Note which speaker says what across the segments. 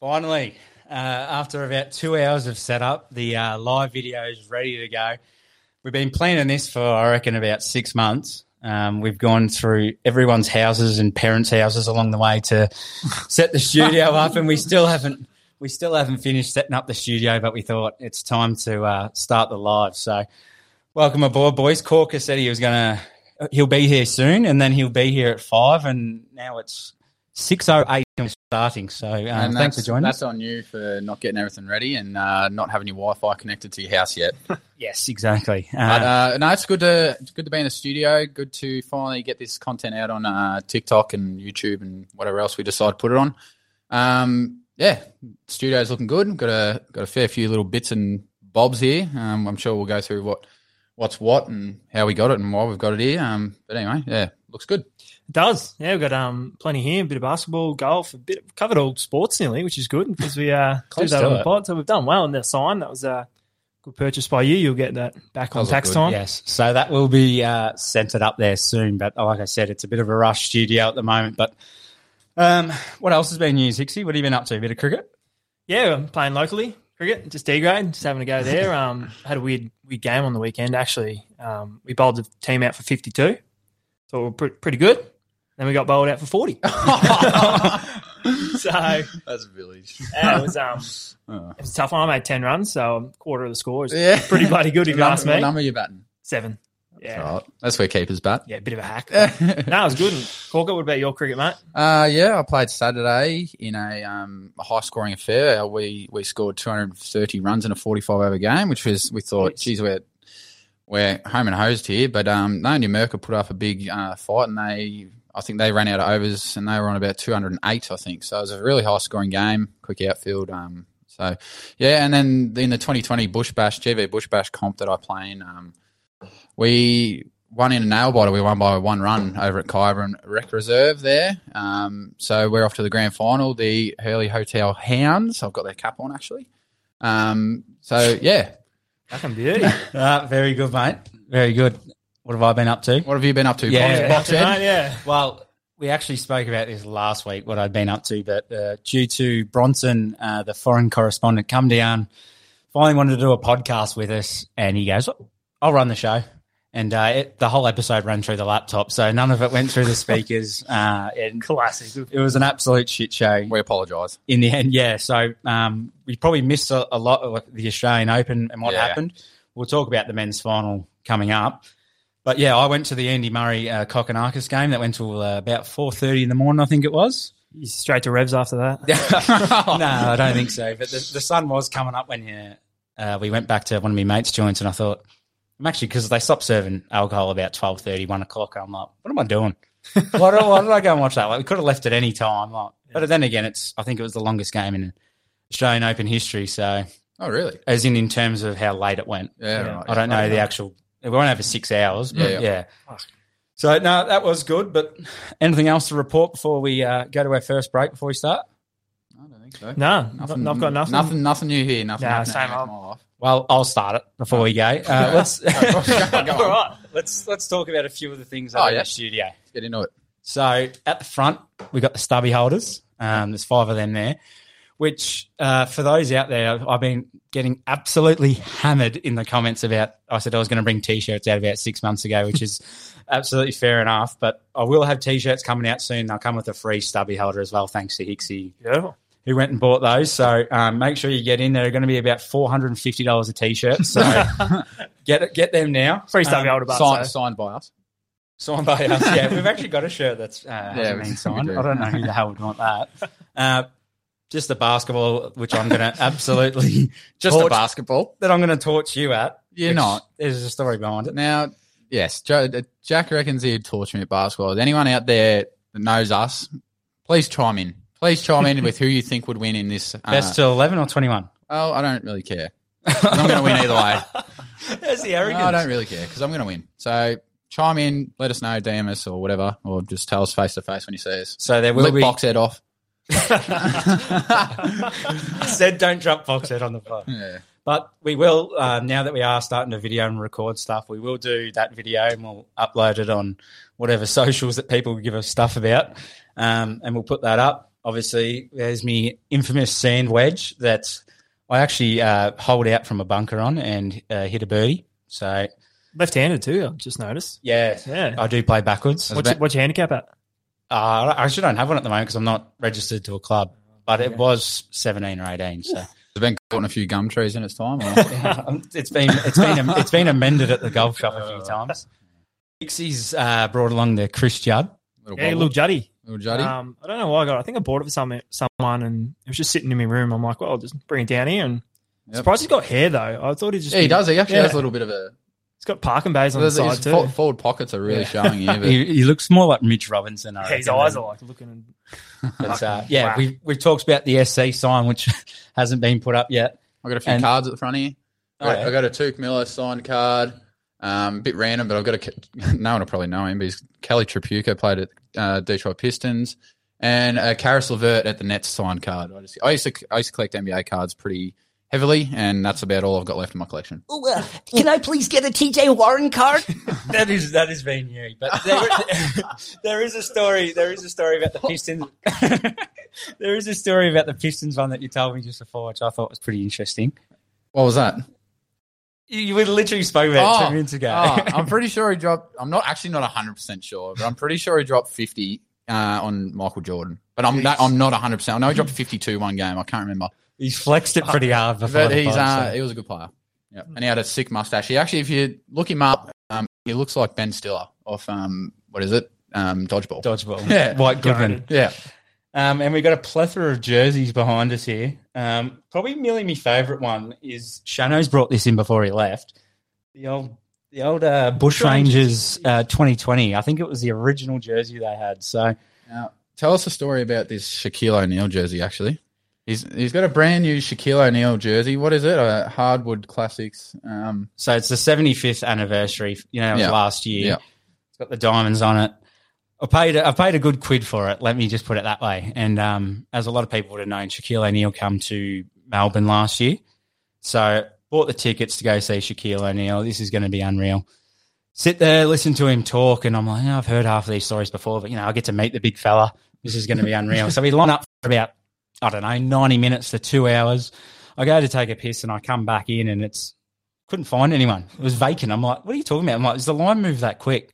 Speaker 1: Finally, uh, after about two hours of setup, the uh, live video is ready to go. We've been planning this for, I reckon, about six months. Um, we've gone through everyone's houses and parents' houses along the way to set the studio up, and we still haven't we still haven't finished setting up the studio. But we thought it's time to uh, start the live. So, welcome aboard, boys. Corker said he was gonna he'll be here soon, and then he'll be here at five, and now it's six oh eight and we're starting. So, um,
Speaker 2: And
Speaker 1: thanks for
Speaker 2: that's-
Speaker 1: joining us.
Speaker 2: That's on you for not getting everything ready and uh, not having your Wi-Fi connected to your house yet.
Speaker 1: Yes, exactly. Uh,
Speaker 2: But uh, no, it's good to it's good to be in the studio. Good to finally get this content out on uh, TikTok and YouTube and whatever else we decide to put it on. Um, yeah, studio's looking good. Got a got a fair few little bits and bobs here. Um, I'm sure we'll go through what what's what and how we got it and why we've got it here. Um, but anyway, yeah, looks good.
Speaker 3: It does. Yeah, we've got um plenty here, a bit of basketball, golf, a bit covered all sports nearly, which is good because we uh do
Speaker 1: Close
Speaker 3: that
Speaker 1: to
Speaker 3: on the
Speaker 1: it.
Speaker 3: pod. So we've done well in the sign. That was a good purchase by you. You'll get that back on
Speaker 2: Does look
Speaker 3: tax
Speaker 2: good,
Speaker 3: time.
Speaker 1: Yes, so that will be uh, centered up there soon. But like I said, it's a bit of a rush studio at the moment. But um, what else has been news, Hixie? What have you been up to? A bit of cricket?
Speaker 3: Yeah, I'm playing locally cricket, just D grade, just having a go there. Um, had a weird weird game on the weekend actually. Um, we bowled the team out for 52, so we we're pre- pretty good. Then we got bowled out for 40. so yeah,
Speaker 2: That's village.
Speaker 3: it was um
Speaker 2: Oh.
Speaker 3: it was a tough one. I made 10 runs, so um, quarter of the score is
Speaker 2: Yeah,
Speaker 3: pretty bloody good if you
Speaker 2: What
Speaker 3: ask
Speaker 2: number- what
Speaker 3: me.
Speaker 2: number you batting?
Speaker 3: Seven.
Speaker 2: That's
Speaker 3: Yeah,
Speaker 2: all right. That's where keepers bat.
Speaker 3: yeah, bit of a hack. No, it was good. And Corker, what about your cricket, mate?
Speaker 2: Uh, yeah, I played Saturday in a, um, a high-scoring affair. Uh, We we scored 230 runs in a 45-over game, which was we thought,
Speaker 3: Jeez.
Speaker 2: geez, we're we're home and hosed here. But um, no, New Merca put up a big uh, fight, and they I think they ran out of overs, and they were on about 208, I think. So it was a really high-scoring game, quick outfield. Um, so yeah, and then in the 2020 Bush Bash GV Bush Bash comp that I play in, um, we won in a nail biter. We won by one run over at Kyburn Rec Reserve there. Um, so we're off to the grand final. The Hurley Hotel Hounds. I've got their cap on actually. Um, so yeah,
Speaker 3: Fucking beauty.
Speaker 1: Uh, very good, mate. Very good. What have I been up to?
Speaker 2: what have you been up to?
Speaker 1: Yeah.
Speaker 2: Box-
Speaker 3: Boxing,
Speaker 2: Boxhead?
Speaker 3: mate, yeah.
Speaker 1: Well, we actually spoke about this last week, what I'd been up to, but uh, due to Bronson, uh, the foreign correspondent, come down, finally wanted to do a podcast with us, and he goes, I'll run the show. And uh, it, the whole episode ran through the laptop, so none of it went through the speakers. uh, and
Speaker 3: Classic.
Speaker 1: it was an absolute shit show
Speaker 2: We apologise.
Speaker 1: in the end. Yeah, so um, we probably missed a, a lot of the Australian Open and what
Speaker 2: Yeah.
Speaker 1: happened. We'll talk about the men's final coming up. But yeah, I went to the Andy Murray uh, Kokonakis game that went till uh, about four thirty in the morning, I think it was.
Speaker 3: You straight to revs after that.
Speaker 1: no, I don't think so. But the, the sun was coming up when uh, uh, we went back to one of my mates' joints, and I thought, I'm actually because they stopped serving alcohol about 12.30, 1 o'clock. I'm like, what am I doing? why, did, why did I go and watch that? Like, we could have left at any time. Like, but then again, it's I think it was the longest game in Australian Open history. So,
Speaker 2: Oh really?
Speaker 1: as in in terms of how late it went,
Speaker 2: Yeah.
Speaker 3: Yeah.
Speaker 2: Right.
Speaker 1: I don't know the actual. It went over six hours, but
Speaker 2: Yeah.
Speaker 1: yeah.
Speaker 3: Fuck.
Speaker 1: So no, that was good. But anything else to report before we uh, go to our first break? Before we start.
Speaker 2: I don't think so.
Speaker 3: No, nothing, I've got nothing.
Speaker 2: Nothing. Nothing new here. Nothing.
Speaker 3: Nah,
Speaker 2: nothing out
Speaker 3: same
Speaker 2: of
Speaker 3: old.
Speaker 2: my life.
Speaker 1: Well, I'll start it before we go. Uh, let's
Speaker 2: Go on.
Speaker 1: All right. Let's let's talk about a few of the things
Speaker 2: Oh,
Speaker 1: over
Speaker 2: yeah.
Speaker 1: at the studio.
Speaker 2: Let's get into it.
Speaker 1: So at the front, we've got the stubby holders. Um, there's five of them there, which uh, for those out there, I've- I've been getting absolutely hammered in the comments about. I said I was going to bring t-shirts out about six months ago, which is absolutely fair enough. But I will have t-shirts coming out soon. They'll come with a free stubby holder as well, thanks to Hixie
Speaker 3: Beautiful.
Speaker 1: who went and bought those. So um, make sure you get in. They're going to be about four hundred and fifty dollars a t-shirt. So get get them now.
Speaker 3: Free stuff,
Speaker 1: Um,
Speaker 3: um, bar.
Speaker 2: Signed,
Speaker 3: so.
Speaker 2: signed by us.
Speaker 1: Signed by us. Yeah, we've actually got a shirt that's uh,
Speaker 2: Yeah,
Speaker 1: yeah,
Speaker 2: we-
Speaker 1: been
Speaker 2: we
Speaker 1: signed.
Speaker 2: do.
Speaker 1: I don't know who the hell would want that. Uh, just the basketball, which I'm going to absolutely
Speaker 2: Just
Speaker 1: torch,
Speaker 2: a basketball.
Speaker 1: that I'm going to torch you at.
Speaker 2: You're
Speaker 1: which
Speaker 2: not.
Speaker 1: There's a story behind it.
Speaker 2: Now, yes, Jo- uh, Jack reckons he'd torture me at basketball. Is anyone out there that knows us? Please chime in. Please chime in with who you think would win in this. Uh,
Speaker 1: Best to eleven or twenty-one.
Speaker 2: oh, I don't really care. I'm going to win either way.
Speaker 1: There's the
Speaker 2: No,
Speaker 1: arrogance.
Speaker 2: I don't really care because I'm going to win. So chime in, let us know, DM us or whatever, or just tell us face to face when you see us.
Speaker 1: so there will
Speaker 2: Lip
Speaker 1: be.
Speaker 2: box head off.
Speaker 1: said don't drop Foxhead on the phone.
Speaker 2: Yeah.
Speaker 1: But we will um, now that we are starting to video and record stuff. We will do that video and we'll upload it on whatever socials that people give us stuff about, um, and we'll put that up. obviously, there's me infamous sand wedge that I actually uh, holed out from a bunker on and uh, hit a birdie. So
Speaker 3: Left-handed too. I've just noticed.
Speaker 1: yeah,
Speaker 2: Oh,
Speaker 3: Yeah.
Speaker 1: I do play backwards.
Speaker 3: What's, your- what's your handicap at?
Speaker 1: Uh, I actually don't have one at the moment because I'm not registered to a club, but it
Speaker 3: Yeah.
Speaker 1: was 17 or 18. So
Speaker 2: It's been caught in a few gum trees in its time. Or?
Speaker 1: Um, it's been it's been it's been amended at the golf shop a few times. Dixie's uh, brought along the Chris Judd.
Speaker 2: little,
Speaker 3: Yeah,
Speaker 2: wobble,
Speaker 3: little juddy.
Speaker 2: little juddy.
Speaker 3: Um, I don't know why I got. It. I think I bought it for some someone, and it was just sitting in my room. I'm like, well, I'll just bring it down here. And
Speaker 2: Yep.
Speaker 3: surprised he's got hair though. I thought he just
Speaker 2: yeah, he does. He actually
Speaker 3: Yeah.
Speaker 2: has a little bit of a.
Speaker 3: He's got parking bays on the
Speaker 2: His
Speaker 3: side too.
Speaker 2: fo- forward pockets are really
Speaker 1: Yeah.
Speaker 2: showing here. But
Speaker 1: He, he looks more like Mitch Robinson. I
Speaker 3: yeah, his
Speaker 1: reckon,
Speaker 3: eyes
Speaker 1: than-
Speaker 3: are like looking. And,
Speaker 1: but, uh, yeah,
Speaker 3: Wow.
Speaker 1: we we've talked about the SC sign, which hasn't been put up yet.
Speaker 2: I got a few
Speaker 1: And-
Speaker 2: cards at the front here. I got,
Speaker 1: Oh, yeah.
Speaker 2: I got a Tuke Miller signed card. Um, bit random, but I've got a. ca- No one will probably know him, but he's Kelly Trapuka played at uh, Detroit Pistons, and uh, Karis Levert at the Nets signed card. I, just, I used to I used to collect NBA cards pretty heavily, and that's about all I've got left in my collection.
Speaker 4: Oh, uh, can I please get a TJ Warren card?
Speaker 1: That is that has been new, but there, there is a story. There is a story about the Pistons. there is a story about the Pistons one that you told me just before, which I thought was pretty interesting.
Speaker 2: What was that?
Speaker 1: You, you literally spoke about it
Speaker 2: Oh,
Speaker 1: two minutes ago.
Speaker 2: oh, I'm pretty sure he dropped. I'm not actually not 100 percent sure, but I'm pretty sure he dropped 50 uh, on Michael Jordan. But I'm not, I'm not 100. percent I know he dropped 52 one game. I can't remember.
Speaker 1: He's flexed it pretty hard before.
Speaker 2: But
Speaker 1: the
Speaker 2: he's
Speaker 1: pod, so-
Speaker 2: uh, he was a good player. Yep. And he had a sick mustache. He actually, if you look him up, um, he looks like Ben Stiller off um, what is it? Um, dodgeball.
Speaker 1: dodgeball.
Speaker 2: Yeah.
Speaker 1: White Goodman.
Speaker 3: Guarded.
Speaker 2: yeah.
Speaker 1: Um, and we've got a plethora of jerseys behind us here. Um, probably merely my favourite one is Shano's brought this in before he left. The old the old uh, Bush Rangers uh, 2020. I think it was the original jersey they had. So
Speaker 2: Now, tell us a story about this Shaquille O'Neal jersey. Actually, he's he's got a brand new Shaquille O'Neal jersey. What is it? A hardwood classics. Um,
Speaker 1: so it's the 75th anniversary. You know, it was
Speaker 2: Yeah.
Speaker 1: last year.
Speaker 2: Yeah.
Speaker 1: It's got the diamonds on it. I paid I paid a good quid for it. Let me just put it that way. And um, as a lot of people would have known, Shaquille O'Neal come to Melbourne last year, so bought the tickets to go see Shaquille O'Neal. This is going to be unreal. Sit there, listen to him talk, and I'm like, "Oh, I've heard half of these stories before, but you know, I get to meet the big fella. This is going to be unreal. so we line up for about I don't know, 90 minutes to two hours. I go to take a piss, and I come back in, and it's couldn't find anyone. It was vacant. I'm like, what are you talking about? I'm like, does the line move that quick?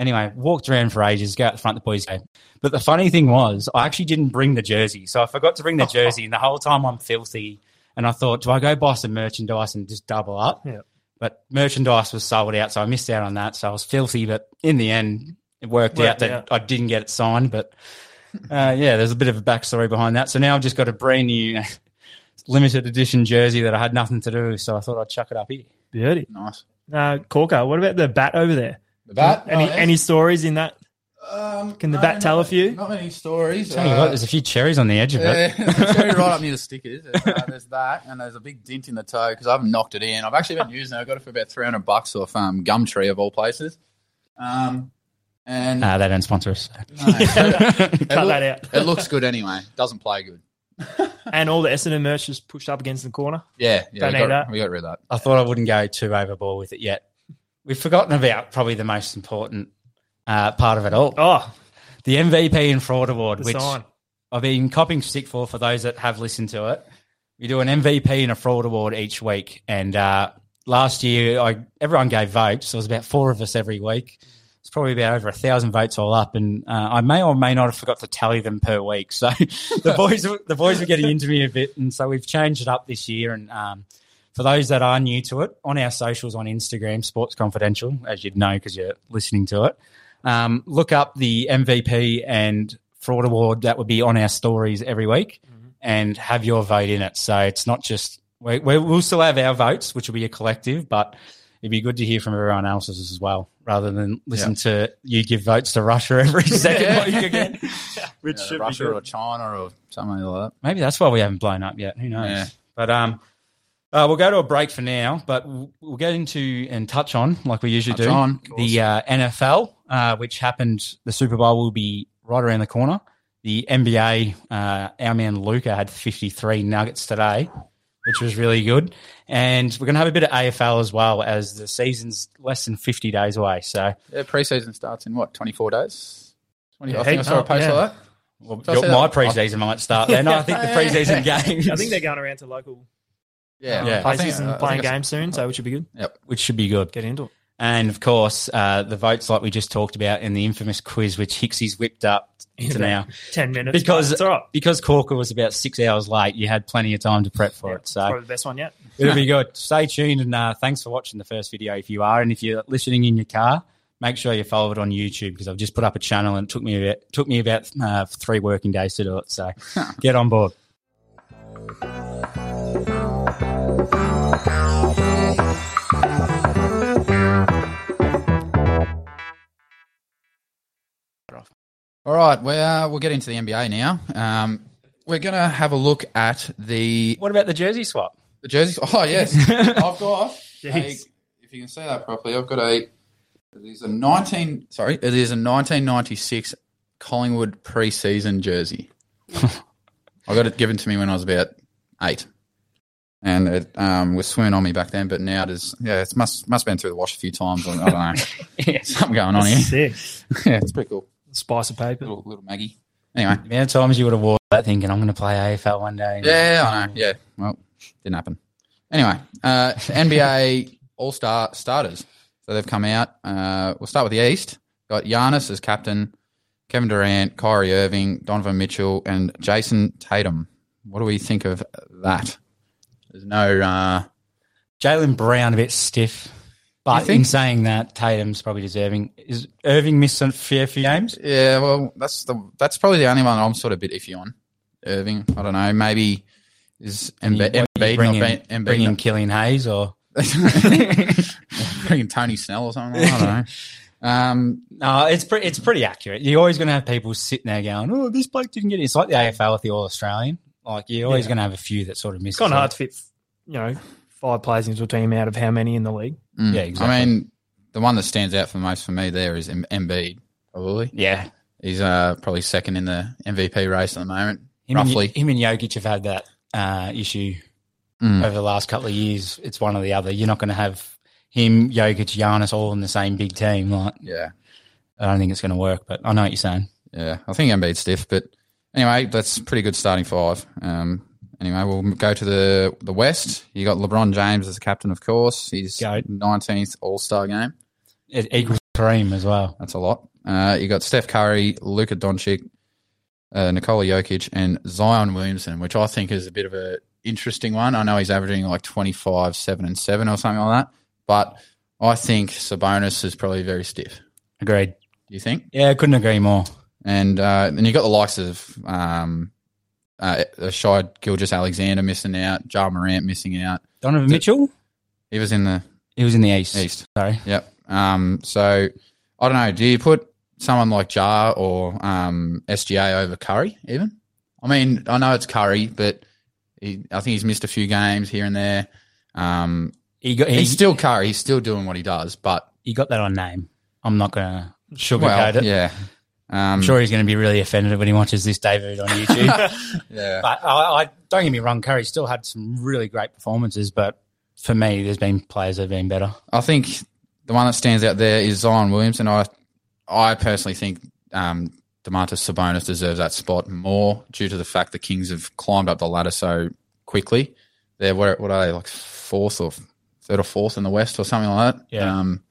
Speaker 1: Anyway, walked around for ages, go out the front, the boys go. But the funny thing was, I actually didn't bring the jersey. So I forgot to bring the jersey, and the whole time I'm filthy. And I thought, do I go buy some merchandise and just double up?
Speaker 3: Yeah.
Speaker 1: But merchandise was sold out, so I missed out on that. So I was filthy, but in the end, it worked,
Speaker 3: Worked
Speaker 1: out that
Speaker 3: out.
Speaker 1: I didn't get it signed. But uh, yeah, there's a bit of a backstory behind that. So now I've just got a brand new limited edition jersey that I had nothing to do with. So I thought I'd chuck it up here.
Speaker 3: Beauty.
Speaker 2: nice.
Speaker 3: Uh, Corker, what about the bat over there?
Speaker 2: The bat.
Speaker 3: Any
Speaker 2: Oh, yeah.
Speaker 3: any stories in that?
Speaker 2: Um,
Speaker 3: Can the bat
Speaker 2: not-
Speaker 3: tell a few?
Speaker 2: Not many stories.
Speaker 1: Tell you what,
Speaker 2: Uh,
Speaker 1: there's a few cherries on the edge of it.
Speaker 2: yeah, it's buried right up near the stickers. Uh, there's that, and there's a big dint in the toe because I haven't knocked it in. I've actually been using it. I got it for about three hundred bucks off um, Gumtree of all places. Um, and
Speaker 3: Uh,
Speaker 1: Nah, they don't sponsor us.
Speaker 2: no, it,
Speaker 3: Cut
Speaker 2: look-
Speaker 3: that out.
Speaker 2: it looks good anyway. Doesn't play good.
Speaker 3: And all the Essendon merch just pushed up against the corner.
Speaker 2: Yeah, yeah.
Speaker 3: Don't
Speaker 2: we got,
Speaker 3: need that.
Speaker 2: We got rid of that.
Speaker 1: I thought I wouldn't go too overboard with it yet. We've forgotten about probably the most important uh, part of it all
Speaker 3: Oh,
Speaker 1: the MVP and Fraud Award,
Speaker 3: the
Speaker 1: which
Speaker 3: sign.
Speaker 1: I've been copying stick for for those that have listened to it. We do an MVP and a fraud award each week, and uh, last year I everyone gave votes. So it was about four of us every week. It's probably about over a thousand votes all up, and uh, I may or may not have forgot to tally them per week. So the boys were- the boys were getting into me a bit, and so we've changed it up this year. And um, for those that are new to it, on our socials on Instagram, Sports Confidential, as you'd know because you're listening to it, um, look up the MVP and fraud award that would be on our stories every week and have your vote in it. So it's not just, we, we- we'll still have our votes, which will be a collective, but it'd be good to hear from everyone else's as well, rather than listen to you give votes to Russia every second
Speaker 2: Yeah.
Speaker 1: week again, which
Speaker 2: Yeah,
Speaker 1: should be
Speaker 2: Russia
Speaker 1: good
Speaker 2: or China or something like that.
Speaker 1: maybe that's why we haven't blown up yet. Who knows?
Speaker 2: Yeah.
Speaker 1: But um, uh, we'll go to a break for now. But we'll we'll get into and touch on like we usually
Speaker 2: Touch
Speaker 1: do
Speaker 2: on.
Speaker 1: the uh, NFL, uh, which happened. The Super Bowl will be right around the corner. The NBA, uh, our man Luca had 53 nuggets today, which was really good. And we're going to have a bit of AFL as well as the season's less than 50 days away. So
Speaker 2: Yeah, preseason starts in what twenty four days. 20,
Speaker 3: Yeah,
Speaker 2: I think I
Speaker 3: heaps
Speaker 2: saw a
Speaker 3: up,
Speaker 2: post
Speaker 3: yeah.
Speaker 2: like that.
Speaker 1: Well,
Speaker 2: So I
Speaker 1: your-
Speaker 2: said-
Speaker 1: my preseason might start then. I think the preseason games,
Speaker 3: I think they're going around to local
Speaker 2: Yeah,
Speaker 3: um,
Speaker 1: Yeah.
Speaker 2: I
Speaker 3: places
Speaker 2: think- uh, I
Speaker 3: and
Speaker 2: think
Speaker 3: playing
Speaker 2: it's-
Speaker 3: games soon, so it should be good.
Speaker 1: which should be good.
Speaker 3: Get into it.
Speaker 1: And of course, uh, the votes like we just talked about in the infamous quiz, which Hicksy's whipped up
Speaker 3: In
Speaker 1: to
Speaker 3: about
Speaker 1: now.
Speaker 3: Ten minutes
Speaker 1: Because-
Speaker 3: but it's all right.
Speaker 1: Because Corker was about six hours late, you had plenty of time to prep for
Speaker 3: Yeah,
Speaker 1: it.
Speaker 3: it's
Speaker 1: So
Speaker 3: probably the best one yet.
Speaker 1: It'll be good. Stay tuned and uh, thanks for watching the first video if you are. And if you're listening in your car, make sure you follow it on YouTube because I've just put up a channel and it took me about, took me about uh, three working days to do it. So get on board.
Speaker 2: All right, we're, we'll get into the NBA now. Um, we're going to have a look at the,
Speaker 1: What about the jersey swap?
Speaker 2: the jerseys. Oh, yes. I've got, a,
Speaker 3: Jeez.
Speaker 2: if you can see that properly, I've got a, it is a 19, sorry, it is a 1996 Collingwood preseason jersey. I got it given to me when I was about eight. And it um, was swimming on me back then, but now it is, yeah, it must must have been through the wash a few times. I don't know. Something going on here.
Speaker 3: Sick.
Speaker 2: yeah, it's pretty cool.
Speaker 3: Spice of paper.
Speaker 2: Little, little Maggie. Anyway.
Speaker 1: The amount of times you would have worn that thinking, I'm going to play AFL one day.
Speaker 2: Yeah, I know. Yeah. Well, didn't happen. Anyway, uh, NBA All Star starters. So they've come out. Uh, we'll start with the East. Got Giannis as captain, Kevin Durant, Kyrie Irving, Donovan Mitchell, and Jason Tatum. What do we think of that? There's no. Uh,
Speaker 1: Jalen Brown a bit stiff. But
Speaker 2: You think-
Speaker 1: in saying that, Tatum's probably deserving. Is Irving missed some fair few games?
Speaker 2: yeah, well, that's the that's probably the only one I'm sort of a bit iffy on. Irving, I don't know. Maybe is Embi-
Speaker 1: What do you
Speaker 2: Embiid
Speaker 1: bring
Speaker 2: not
Speaker 1: in,
Speaker 2: being- Embiid
Speaker 1: bring in
Speaker 2: not-
Speaker 1: Killian Hayes or
Speaker 2: Freaking Tony Snell or something. I don't know. Um,
Speaker 1: No, it's pretty. It's pretty accurate. You're always going to have people sitting there going, "Oh, this bloke didn't get it." It's like the AFL with the All Australian. Like you're always
Speaker 3: Yeah.
Speaker 1: going to have a few that sort of miss.
Speaker 3: It's kind of hard to fit, you know, five players into a team out of how many in the league.
Speaker 2: mm.
Speaker 1: Yeah, exactly.
Speaker 2: I mean, the one that stands out for most for me there is M- Embiid. Probably
Speaker 1: Yeah,
Speaker 2: he's uh, probably second in the MVP race at the moment.
Speaker 1: him
Speaker 2: Roughly.
Speaker 1: And, him and Jokic have had that uh, issue
Speaker 2: Mm.
Speaker 1: over the last couple of years. It's one or the other. You're not going to have him, Jokic, Giannis all in the same big team. Like
Speaker 2: Yeah,
Speaker 1: I don't think it's going to work. But I know what you're saying.
Speaker 2: yeah. I think Embiid's stiff, but anyway, that's pretty good starting five. Um, anyway, we'll go to the the West. You got LeBron James as the captain, of course. He's
Speaker 1: Goat.
Speaker 2: nineteenth All Star game.
Speaker 1: It E-, equals Kareem as well.
Speaker 2: That's a lot. Uh, you got Steph Curry, Luka Doncic, uh, Nikola Jokic, and Zion Williamson, which I think is a bit of a interesting one. I know he's averaging like 25, 7 and 7 or something like that, but I think Sabonis is probably very stiff.
Speaker 1: Agreed.
Speaker 2: Do you think?
Speaker 1: Yeah, I couldn't agree more.
Speaker 2: And uh, then you got the likes of um, uh, Shy Gilgis Alexander missing out, Jar Morant missing out.
Speaker 1: Donovan Mitchell.
Speaker 2: He was in the
Speaker 1: He was in the East.
Speaker 2: East.
Speaker 1: Sorry.
Speaker 2: Yep. Um, so I don't know. Do you put someone like Jar or um, SGA over Curry? Even I mean, I know it's Curry, but he, I think he's missed a few games here and there. Um,
Speaker 1: He got. He,
Speaker 2: he's still Curry. He's still doing what he does, but
Speaker 1: he got that on name. I'm not going to sugarcoat
Speaker 2: well,
Speaker 1: it.
Speaker 2: yeah. Um,
Speaker 1: I'm sure he's going to be really offended when he watches this David on YouTube.
Speaker 2: Yeah.
Speaker 1: but I, I don't get me wrong, Curry still had some really great performances, but for me, there's been players that have been better.
Speaker 2: I think the one that stands out there is Zion Williams, and I, I personally think um, Demarcus Sabonis deserves that spot more due to the fact the Kings have climbed up the ladder so quickly. They're where, what are they like fourth or third or fourth in the West or something like that.
Speaker 1: Yeah.
Speaker 2: Um,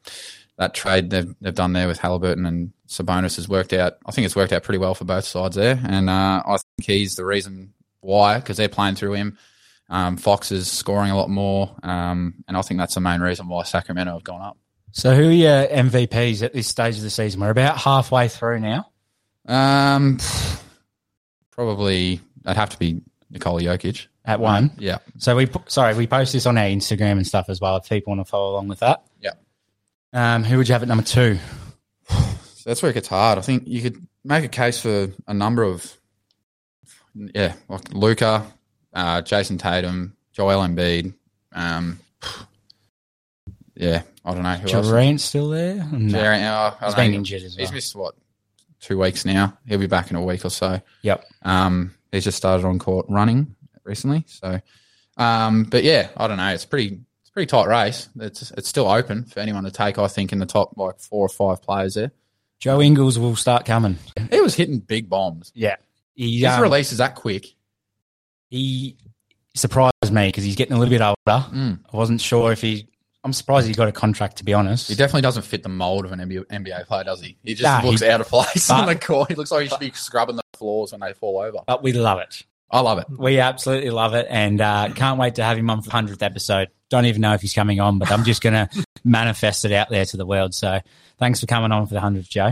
Speaker 2: that trade they've, they've done there with Halliburton and Sabonis has worked out. I think it's worked out pretty well for both sides there, and uh, I think he's the reason why because they're playing through him. Um, Fox is scoring a lot more, um, and I think that's the main reason why Sacramento have gone up.
Speaker 1: So, who are your MVPs at this stage of the season? We're about halfway through now.
Speaker 2: Um, probably that'd have to be Nikola Jokic.
Speaker 1: At one,
Speaker 2: Yeah,
Speaker 1: so we po- sorry we post this on our Instagram and stuff as well. If people want to follow along with that,
Speaker 2: Yeah.
Speaker 1: Um, who would you have at number two?
Speaker 2: so that's where it gets hard. I think you could make a case for a number of, yeah, like Luca, uh, Jason Tatum, Joel Embiid. Um, yeah, I don't know who else.
Speaker 1: Durant still there? No.
Speaker 2: Durant, uh, I
Speaker 1: He's
Speaker 2: don't
Speaker 1: been
Speaker 2: know.
Speaker 1: injured as well.
Speaker 2: He's missed what two weeks now. He'll be back in a week or so.
Speaker 1: Yep.
Speaker 2: Um, he's just started on court running recently. So, um, but yeah, I don't know. It's pretty, it's a pretty tight race. It's it's still open for anyone to take. I think in the top like four or five players there.
Speaker 1: Joe Ingles will start coming.
Speaker 2: He was hitting big bombs.
Speaker 1: Yeah, He,
Speaker 2: His
Speaker 1: um,
Speaker 2: release is that quick.
Speaker 1: he surprised me because he's getting a little bit older.
Speaker 2: Mm.
Speaker 1: I wasn't sure if he. I'm surprised he got a contract, to be honest.
Speaker 2: He definitely doesn't fit the mold of an NBA, NBA player, does he? He just
Speaker 1: Nah,
Speaker 2: looks
Speaker 1: he-
Speaker 2: out of place on
Speaker 1: but-
Speaker 2: the court. He looks like he should be scrubbing the floors when they fall over.
Speaker 1: but we love it.
Speaker 2: I love it.
Speaker 1: We absolutely love it, and uh, can't wait to have him on for hundredth episode. Don't even know if he's coming on, but I'm just going to manifest it out there to the world. So thanks for coming on for the hundredth, Joe.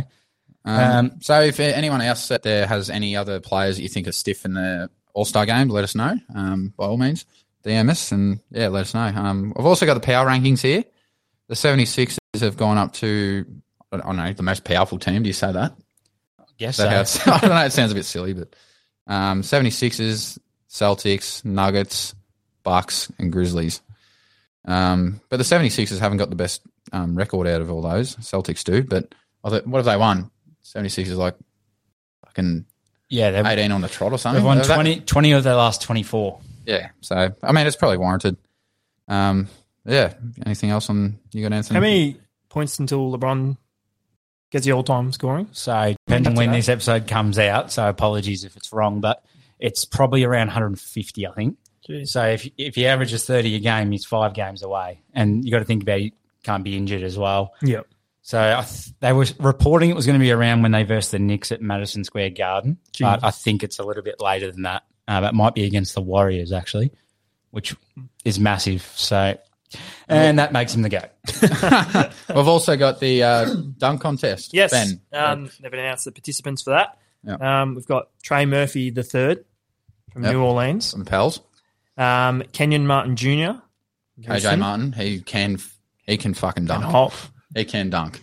Speaker 2: Um,
Speaker 1: Um,
Speaker 2: so, if anyone else out there has any other players that you think are stiff in the All Star game, let us know. Um, by all means, DM us and yeah, let us know. Um, I've also got the power rankings here. The 76ers have gone up to, I don't know, the most powerful team. Do you say that?
Speaker 1: Yes,
Speaker 2: That
Speaker 1: so.
Speaker 2: has- I don't know. It sounds a bit silly, but um, 76ers, Celtics, Nuggets, Bucks, and Grizzlies. Um, but the 76ers haven't got the best um, record out of all those. Celtics do, but I thought, what have they won? 76ers like fucking
Speaker 1: yeah, they've,
Speaker 2: 18 on the trot or something.
Speaker 1: they've won
Speaker 2: That-
Speaker 1: 20, 20 of their last twenty four.
Speaker 2: yeah. So, I mean, it's probably warranted. Um, yeah. Anything else on you got, Anthony?
Speaker 3: How many points until LeBron gets the all-time scoring?
Speaker 1: So depending
Speaker 3: That's
Speaker 1: when
Speaker 3: enough.
Speaker 1: this episode comes out, so apologies if it's wrong, but it's probably around 150, I think. So if if he averages 30 a game, he's five games away, and you got to think about he can't be injured as well.
Speaker 3: Yeah.
Speaker 1: So I th- they were reporting it was going to be around when they versed the Knicks at Madison Square Garden, but I think it's a little bit later than that. Uh, that might be against the Warriors actually, which is massive. So, and that makes him the go.
Speaker 2: We've also got the uh, dunk contest.
Speaker 3: Yes.
Speaker 2: Ben.
Speaker 3: Um, they've announced the participants for that.
Speaker 2: Yeah.
Speaker 3: Um, we've got Trey Murphy the third from
Speaker 2: Yep.
Speaker 3: New Orleans.
Speaker 2: some pals.
Speaker 3: Um, Kenyon Martin Jr.
Speaker 2: KJ Martin, he can he can fucking dunk.
Speaker 3: Hop.
Speaker 2: He can dunk.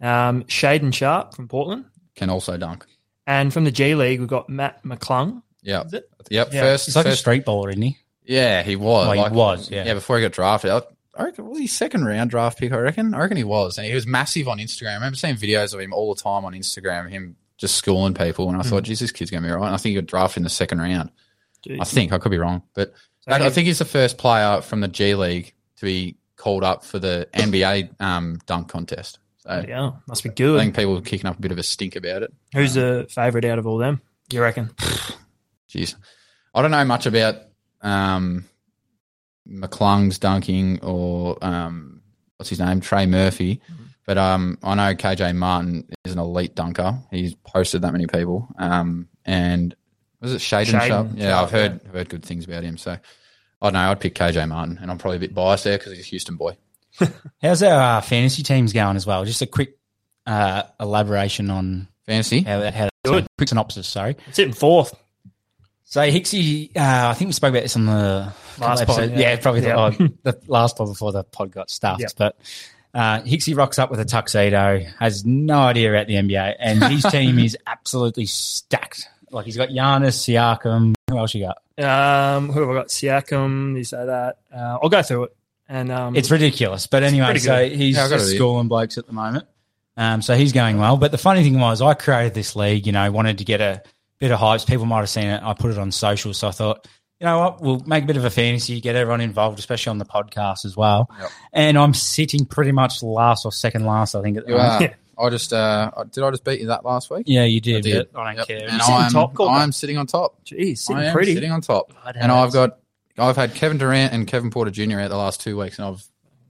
Speaker 3: Um, Shaden Sharp from Portland.
Speaker 2: Can also dunk.
Speaker 3: And from the G League, we've got Matt McClung.
Speaker 2: Yeah.
Speaker 3: Is it?
Speaker 2: Yep.
Speaker 3: Yeah.
Speaker 2: First,
Speaker 1: He's like a
Speaker 2: first
Speaker 1: street baller, isn't he?
Speaker 2: Yeah, he was.
Speaker 1: Well, he was, yeah.
Speaker 2: before he got drafted. I, I reckon was he second round draft pick, I reckon. I reckon he was. And he was massive on Instagram. I remember seeing videos of him all the time on Instagram, him just schooling people, and I thought,
Speaker 3: Hmm.
Speaker 2: geez, this kid's gonna be all right. And I think he got drafted in the second round. I think I could be wrong. But
Speaker 3: So
Speaker 2: I
Speaker 3: he-
Speaker 2: think he's the first player from the G League to be called up for the NBA um, dunk contest. So
Speaker 3: Yeah, must be
Speaker 2: I
Speaker 3: good.
Speaker 2: think uh, people were kicking up a bit of a stink about it.
Speaker 3: Who's the favourite out of all them? You reckon?
Speaker 2: Jeez. I don't know much about um, McClung's dunking or um, what's his name, Trey Murphy, but um, I know KJ Martin is an elite dunker. He's posted that many people. Um, and was it Shaden,
Speaker 3: Shaden
Speaker 2: Sharp? Yeah,
Speaker 3: Sharp,
Speaker 2: I've heard I've heard good things about him. So I don't know. I'd pick KJ Martin, and I'm probably a bit biased there because he's a Houston boy.
Speaker 1: How's our uh, fantasy teams going as well? Just a quick uh, elaboration on
Speaker 2: Fantasy.
Speaker 1: how that had
Speaker 3: Good.
Speaker 1: quick synopsis. Sorry.
Speaker 3: Sitting fourth.
Speaker 1: So Hixie, uh, I think we spoke about this on the
Speaker 3: Last
Speaker 1: episode.
Speaker 3: pod,
Speaker 1: yeah.
Speaker 3: yeah.
Speaker 1: probably the, oh,
Speaker 3: Yeah.
Speaker 1: the last pod before the pod got stuffed.
Speaker 3: Yeah.
Speaker 1: But uh, Hixie rocks up with a tuxedo, has no idea about the NBA, and his team is absolutely stacked. Like he's got Giannis, Siakam. Who else you got?
Speaker 3: Um, who have I got? Siakam. You say that. Uh, I'll go through it. And um,
Speaker 1: It's ridiculous. But anyway,
Speaker 3: pretty
Speaker 1: so
Speaker 3: good.
Speaker 1: he's
Speaker 2: Yeah, I got
Speaker 1: just
Speaker 2: it.
Speaker 1: schooling blokes at the moment. Um, so he's going well. But the funny thing was, I created this league, you know, wanted to get a bit of hypes. People might have seen it. I put it on social. So I thought, you know what, we'll make a bit of a fantasy, get everyone involved, especially on the podcast as well.
Speaker 2: Yep.
Speaker 1: And I'm sitting pretty much last or second last, I think. At the
Speaker 2: You
Speaker 1: moment.
Speaker 2: are. I just uh, did. I just beat you that last week.
Speaker 1: Yeah, you did.
Speaker 2: I did.
Speaker 1: But I don't
Speaker 2: Yep.
Speaker 1: care. You
Speaker 2: And
Speaker 1: sit-
Speaker 3: sitting
Speaker 2: I'm,
Speaker 3: top, Corbin?
Speaker 2: I'm sitting on top.
Speaker 3: geez,
Speaker 2: I
Speaker 3: sitting
Speaker 2: am
Speaker 3: pretty.
Speaker 2: sitting on top,
Speaker 3: I'd have
Speaker 2: and I've
Speaker 3: it.
Speaker 2: got I've had Kevin Durant and Kevin Porter Jr. out the last two weeks, and I've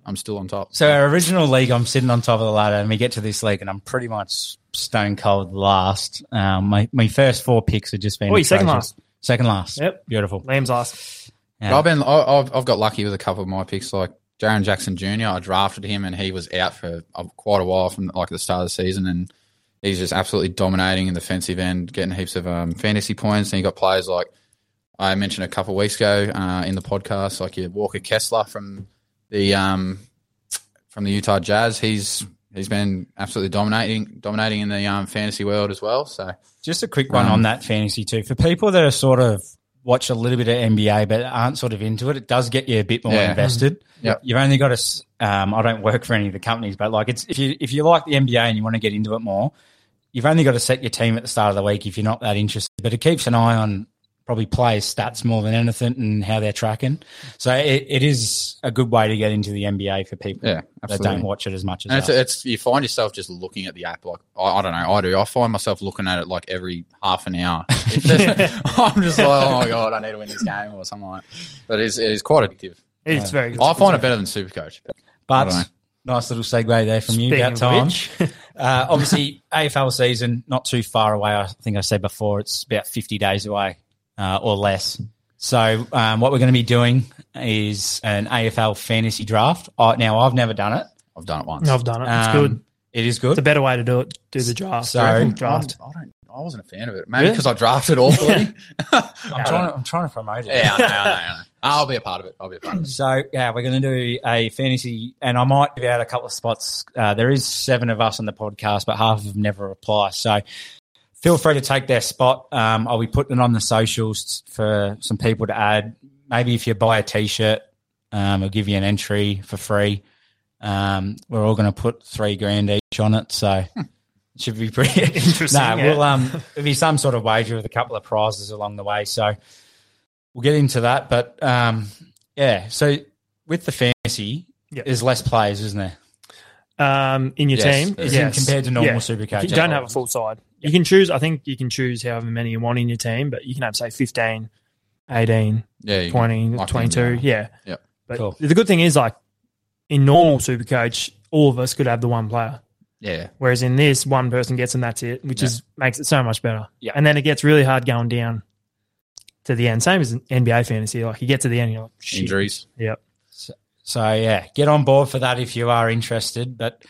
Speaker 2: I'm still on top.
Speaker 1: so our original league, I'm sitting on top of the ladder, and we get to this league, and I'm pretty much stone cold last. Um, my my first four picks have just been
Speaker 3: Oh, you're second
Speaker 1: atrocious.
Speaker 3: last.
Speaker 1: Second last.
Speaker 3: Yep.
Speaker 1: Beautiful.
Speaker 3: Lamb's last.
Speaker 1: Yeah.
Speaker 2: But I've been I- I've I've got lucky with a couple of my picks, like Jaron Jackson Jr. I drafted him, and he was out for uh, quite a while from like the start of the season, and he's just absolutely dominating in the defensive end, getting heaps of um, fantasy points. And you got players like I mentioned a couple of weeks ago uh, in the podcast, like your Walker Kessler from the um, from the Utah Jazz. He's he's been absolutely dominating dominating in the um, fantasy world as well. So
Speaker 1: Just a quick one
Speaker 2: Um,
Speaker 1: on that fantasy too. For people that are sort of watch a little bit of NBA but aren't sort of into it, it does get you a bit more
Speaker 2: Yeah. Mm-hmm.
Speaker 1: invested.
Speaker 2: Yep.
Speaker 1: You've only got to. Um, I don't work for any of the companies, but like it's if you if you like the NBA and you want to get into it more, you've only got to set your team at the start of the week if you're not that interested. But it keeps an eye on probably players' stats more than anything and how they're tracking. So it, it is a good way to get into the NBA for people
Speaker 2: yeah,
Speaker 1: that
Speaker 2: absolutely.
Speaker 1: don't watch it as much as
Speaker 2: And it's,
Speaker 1: us.
Speaker 2: it's you find yourself just looking at the app like I, I don't know I do I find myself looking at it like every half an hour It's just, I'm just like, oh my god, I need to win this game or something like. that. But it's it is quite addictive.
Speaker 3: It's very good.
Speaker 2: I find it better than Supercoach. I don't know.
Speaker 1: But nice little segue there from you
Speaker 3: Speaking
Speaker 1: about
Speaker 3: of
Speaker 1: time.
Speaker 3: which,
Speaker 1: Uh, obviously, AFL season not too far away. I think I said before it's about 50 days away uh, or less. So, um, what we're going to be doing is an AFL fantasy draft. I, now, I've never done it.
Speaker 2: I've done it once.
Speaker 3: I've done it. It's
Speaker 1: Um,
Speaker 3: good.
Speaker 1: It is
Speaker 3: It's a
Speaker 1: good.
Speaker 3: better way to do it. Do the draft.
Speaker 1: So-
Speaker 3: I reckon
Speaker 1: I'm-
Speaker 3: draft.
Speaker 2: I don't. I wasn't a fan of it. Maybe because I drafted awfully.
Speaker 1: I'm trying, to, I'm trying to promote it.
Speaker 2: yeah, I know, I know, I know. I'll be a part of it. I'll be a part of it.
Speaker 1: So yeah, we're going to do a fantasy, and I might give out a couple of spots. Uh, there is seven of us on the podcast, but half of them never reply. So feel free to take their spot. Um, I'll be putting it on the socials for some people to add. Maybe if you buy a T-shirt, um, I'll give you an entry for free. Um, we're all going to put three grand each on it, so
Speaker 3: Hmm.
Speaker 1: it should be pretty
Speaker 3: Interesting,
Speaker 1: No,
Speaker 3: yeah.
Speaker 1: we'll um, it'll be some sort of wager with a couple of prizes along the way. So we'll get into that, but um, yeah. So with the fantasy,
Speaker 3: Yep.
Speaker 1: there's less players, isn't there?
Speaker 3: Um, in your
Speaker 2: Yes.
Speaker 3: team,
Speaker 1: Is
Speaker 3: yes.
Speaker 1: it compared to normal
Speaker 3: Yeah.
Speaker 1: Supercoach?
Speaker 3: you don't have a full side. You can choose. I think you can choose however many you want in your team, but you can have say 15, 18,
Speaker 2: Yeah, you-
Speaker 3: 20,
Speaker 2: I think,
Speaker 3: 22. Yeah.
Speaker 2: Yep.
Speaker 3: But
Speaker 1: Cool.
Speaker 3: the good thing is, like in normal Supercoach, all of us could have the one player.
Speaker 2: yeah.
Speaker 3: Whereas in this, one person gets and that's it, which is makes it so much better.
Speaker 1: Yeah.
Speaker 3: And then it gets really hard going down to the end. Same as in NBA fantasy. Like you get to the end, you're like, shit.
Speaker 2: Injuries.
Speaker 3: Yep.
Speaker 1: So yeah, get on board for that if you are interested. But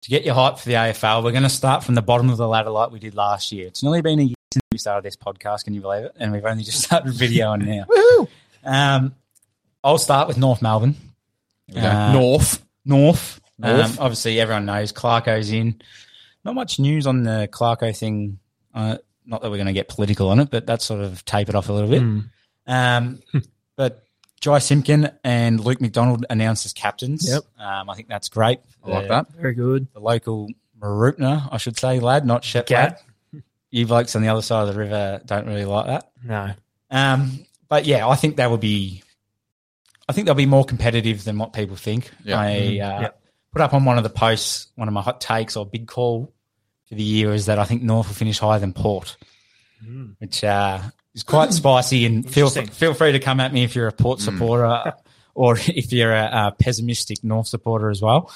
Speaker 1: to get your hype for the AFL, we're going to start from the bottom of the ladder like we did last year. It's nearly been a year since we started this podcast. Can you believe it? And we've only just started videoing now. Um, I'll start with North Melbourne.
Speaker 2: There we go.
Speaker 1: Uh,
Speaker 2: North.
Speaker 1: North.
Speaker 2: North.
Speaker 1: Um, obviously, everyone knows Clarko's in. Not much news on the Clarko thing. Uh, not that we're going to get political on it, but that sort of tapered off a little bit.
Speaker 3: Mm.
Speaker 1: Um, but Jai Simpkin and Luke McDonald announced as captains.
Speaker 3: Yep.
Speaker 1: Um, I think that's great.
Speaker 2: I like that.
Speaker 3: Very good.
Speaker 1: The local Marupna, I should say, lad, not Shep.
Speaker 3: Gat.
Speaker 1: lad. You blokes on the other side of the river don't really like that.
Speaker 3: No.
Speaker 1: Um, but yeah, I think that will be. I think they'll be more competitive than what people think.
Speaker 2: Yeah.
Speaker 1: I
Speaker 3: Mm-hmm.
Speaker 1: uh, put up on one of the posts, one of my hot takes or big call for the year is that I think North will finish higher than Port,
Speaker 3: Mm.
Speaker 1: which uh, is quite spicy. And feel
Speaker 3: Interesting.
Speaker 1: feel free to come at me if you're a
Speaker 2: Mm.
Speaker 1: Port supporter uh, or if you're a, a pessimistic North supporter as well.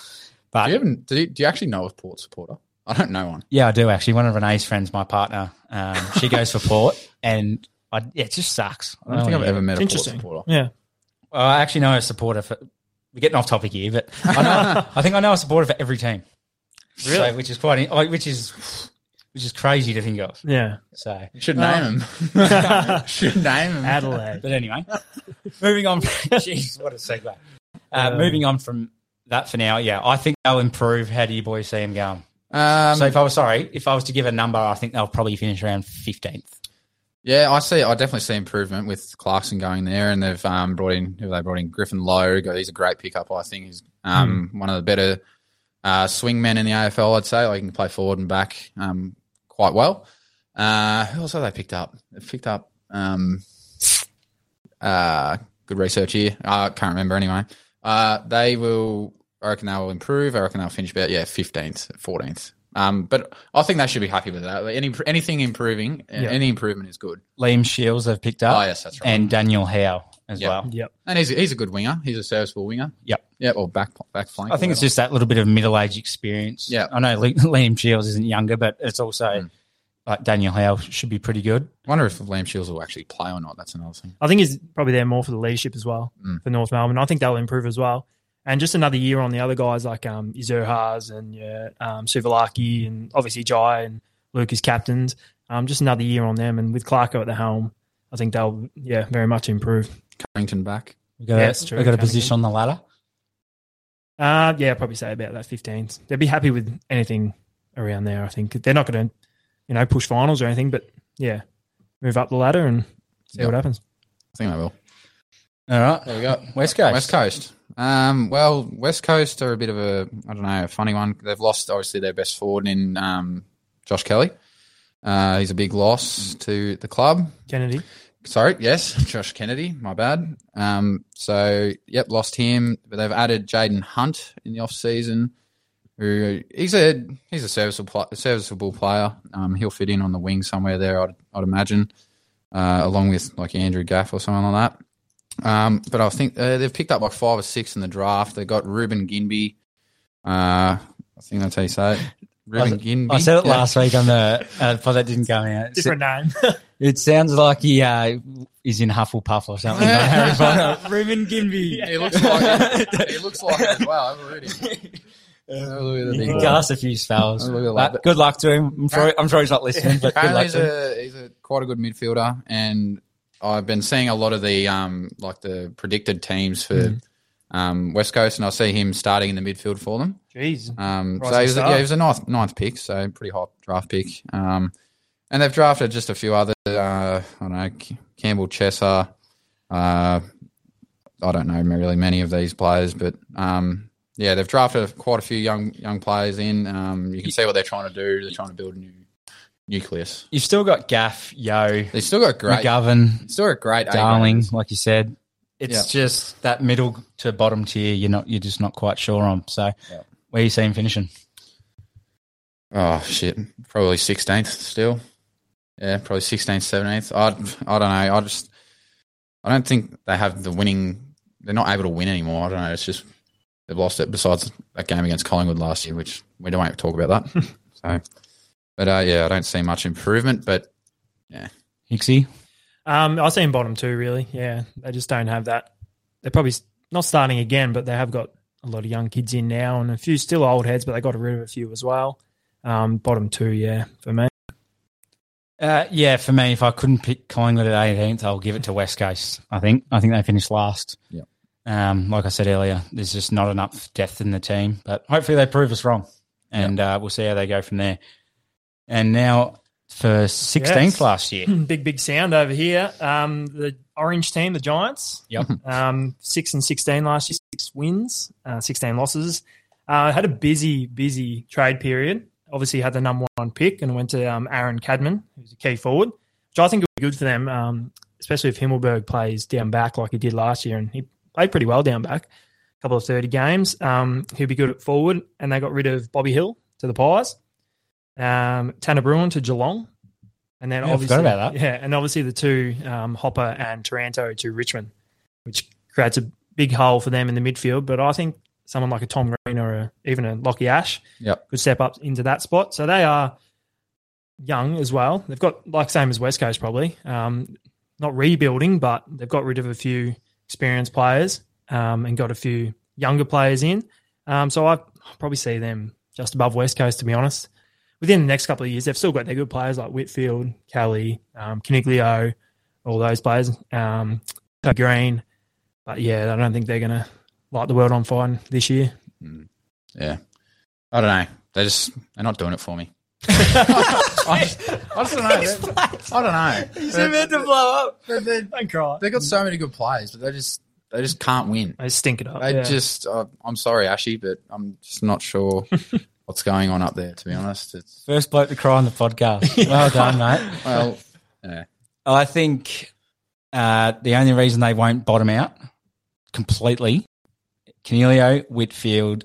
Speaker 1: But
Speaker 2: Do you, even, do, you, do you actually know a Port supporter? I don't know one.
Speaker 1: Yeah, I do actually. One of Renee's friends, my partner, um, she goes for Port, and I, yeah, it just sucks.
Speaker 2: I don't think I've
Speaker 1: know.
Speaker 2: ever met a Port
Speaker 3: Oh, Interesting.
Speaker 2: supporter.
Speaker 3: Yeah.
Speaker 1: Well, Uh, I actually know a supporter for. We're getting off topic here, but I, know, I think I know a supporter for every team.
Speaker 3: Really?
Speaker 1: So, which is quite, like, which is, which is crazy to think of.
Speaker 3: Yeah.
Speaker 1: So,
Speaker 2: You should name him. should name him.
Speaker 3: Adelaide.
Speaker 1: but anyway, moving on. Jeez, what a segue. Uh,
Speaker 3: Um,
Speaker 1: moving on from that for now. Yeah, I think they'll improve. How do you boys see them going?
Speaker 2: Um,
Speaker 1: so, if I was sorry, if I was to give a number, I think they'll probably finish around fifteenth.
Speaker 2: Yeah, I see. I definitely see improvement with Clarkson going there, and they've um, brought in who have they brought in Griffin Lowe. Go- He's a great pickup. I think he's um, one of the better uh, swingmen in the AFL. I'd say like he can play forward and back um, quite well. Uh, who else have they picked up? They've picked up. Um, uh, good research here. I can't remember anyway. Uh, they will. I reckon they will improve. I reckon they'll finish about yeah fifteenth, fourteenth. Um, but I think they should be happy with that. Like, Any anything improving,
Speaker 3: Yeah.
Speaker 2: any improvement is good.
Speaker 1: Liam Shields they've picked up.
Speaker 2: Oh, yes, that's
Speaker 1: Uh,
Speaker 2: right.
Speaker 1: And Daniel Howe as
Speaker 2: Yeah.
Speaker 1: well.
Speaker 3: Yep.
Speaker 2: And he's he's a good winger. He's a serviceable winger.
Speaker 1: Yep.
Speaker 2: Yeah, or back back flank.
Speaker 1: I think it's just that little bit of middle age experience.
Speaker 2: Yeah.
Speaker 1: I know Li- Liam Shields isn't younger, but it's also like Daniel Howe should be pretty good.
Speaker 2: I wonder if Liam Shields will actually play or not. That's another thing.
Speaker 3: I think he's probably there more for the leadership as well
Speaker 2: Mm.
Speaker 3: for North Melbourne. I think they'll improve as well. And just another year on the other guys like um, Izurhas and yeah, um, Suvalaki and obviously Jai and Luke is captains. Um, just another year on them. And with Clarko at the helm, I think they'll, yeah, very much improve.
Speaker 2: Carrington back.
Speaker 1: We've got,
Speaker 3: Yeah,
Speaker 1: a-
Speaker 3: that's true.
Speaker 1: we've got a
Speaker 3: Kinda
Speaker 1: position
Speaker 3: good.
Speaker 1: on the ladder.
Speaker 3: Uh, yeah, I'd probably say about that 15th. They'd be happy with anything around there, I think. They're not going to, you know, push finals or anything, but yeah, move up the ladder and see
Speaker 2: Yep.
Speaker 3: what happens.
Speaker 2: I think they will.
Speaker 1: All right.
Speaker 2: There we go.
Speaker 1: West Coast.
Speaker 2: West Coast. Um, well, West Coast are a bit of a I don't know a funny one. They've lost obviously their best forward in um, Josh Kelly. Uh, he's a big loss to the club.
Speaker 3: Kennedy.
Speaker 2: Sorry, yes, Josh Kennedy. My bad. Um, so yep, lost him. But they've added Jaden Hunt in the off season. Who he's a he's a serviceable pl- serviceable player. Um, he'll fit in on the wing somewhere there. I'd, I'd imagine. uh, along with like Andrew Gaff or someone like that. Um, but I think uh, they've picked up like five or six in the draft. They got Ruben Ginby. Uh, I think that's how you say it. Ruben Ginby.
Speaker 1: I said it
Speaker 2: Yeah.
Speaker 1: last week on the uh, pod that didn't come out. It's-
Speaker 3: Different name.
Speaker 1: It sounds like he uh, is in Hufflepuff or something. like Harry Potter. Ruben Gimby.
Speaker 2: He looks like it. He looks like it as well. Have a read him. Have a look at the
Speaker 1: He
Speaker 2: big
Speaker 1: can
Speaker 2: boy.
Speaker 1: cast a few spells.
Speaker 2: I really like
Speaker 1: But
Speaker 2: it.
Speaker 1: good luck to him. I'm sure, I'm sure he's not listening, but good
Speaker 2: Apparently
Speaker 1: luck
Speaker 2: he's
Speaker 1: to him.
Speaker 2: a, he's a quite a good midfielder, and I've been seeing a lot of the um like the predicted teams for
Speaker 1: Mm.
Speaker 2: um West Coast, and I see him starting in the midfield for them.
Speaker 3: Jeez.
Speaker 2: Um, so
Speaker 3: Rising
Speaker 2: he was,
Speaker 3: star.
Speaker 2: yeah, he was a ninth ninth pick, so pretty hot draft pick. Um, and they've drafted just a few other. Uh, I don't know C- Campbell Chesser. Uh, I don't know really many of these players, but um, yeah, they've drafted quite a few young young players in. Um, you can see what they're trying to do. They're trying to build a new nucleus.
Speaker 1: You've still got Gaff, Yo,
Speaker 2: They still got great,
Speaker 1: McGovern,
Speaker 2: still got great. A
Speaker 1: Darling,
Speaker 2: graders.
Speaker 1: like you said. It's just that middle to bottom tier. You're not. You're just not quite sure on. So,
Speaker 2: Yeah.
Speaker 1: where you see him finishing?
Speaker 2: Oh shit, probably sixteenth still. Yeah, probably sixteenth, seventeenth. I I don't know. I just I don't think they have the winning. They're not able to win anymore. I don't know. It's just they've lost it. Besides that game against Collingwood last year, which we don't want to talk about that. so, but uh, yeah, I don't see much improvement. But
Speaker 1: Hixie,
Speaker 3: Um, I see him bottom two, really. Yeah, they just don't have that. They're probably s- not starting again, but they have got a lot of young kids in now and a few still old heads, but they got rid of a few as well. Um, bottom two, yeah, for me.
Speaker 1: Uh, yeah, for me, if I couldn't pick Collingwood at 18th, I'll give it to West Coast. I think I think they finished last.
Speaker 2: Yep.
Speaker 1: Um, like I said earlier, there's just not enough depth in the team, but hopefully they prove us wrong, and uh, we'll see how they go from there. And now for 16th
Speaker 3: Yes.
Speaker 1: last year,
Speaker 3: big, big sound over here. Um, the orange team, the Giants.
Speaker 1: Yep.
Speaker 3: Um, six and sixteen last year, six wins, uh, sixteen losses. Uh, had a busy, busy trade period. Obviously, had the number one pick and went to um, Aaron Cadman, who's a key forward, which I think will be good for them, um, especially if Himmelberg plays down back like he did last year, and he played pretty well down back. A couple of thirty games. Um, he'll be good at forward, and they got rid of Bobby Hill to the Pies, um, Tanner Bruin to Geelong, and then
Speaker 1: Yeah, I
Speaker 3: obviously
Speaker 1: forgot about that.
Speaker 3: yeah, and obviously the two um, Hopper and Taranto to Richmond, which creates a big hole for them in the midfield. But I think someone like a Tom Green or a, even a Lockie Ash
Speaker 2: Yep.
Speaker 3: could step up into that spot. So they are young as well. They've got like same as West Coast probably, um, not rebuilding, but they've got rid of a few experienced players um, and got a few younger players in. Um, so I probably see them just above West Coast to be honest. Within the next couple of years, they've still got their good players like Whitfield, Kelly, um, Caniglio, all those players, um, Toby Green. But yeah, I don't think they're going to light the world on fire this year.
Speaker 2: yeah, I don't know. They just they're not doing it for me. I, just, I just don't know. I don't know.
Speaker 1: blow up.
Speaker 2: They- they-
Speaker 3: Don't cry.
Speaker 2: They've got so many good players, but they just they just can't win.
Speaker 3: They stink it up.
Speaker 2: I
Speaker 3: yeah.
Speaker 2: just, uh, I'm sorry, Ashy, but I'm just not sure what's going on up there. To be honest, it's
Speaker 1: First bloke to cry on the podcast. Well done, mate.
Speaker 2: well,
Speaker 1: I think uh, the only reason they won't bottom out completely, Canelio, Whitfield,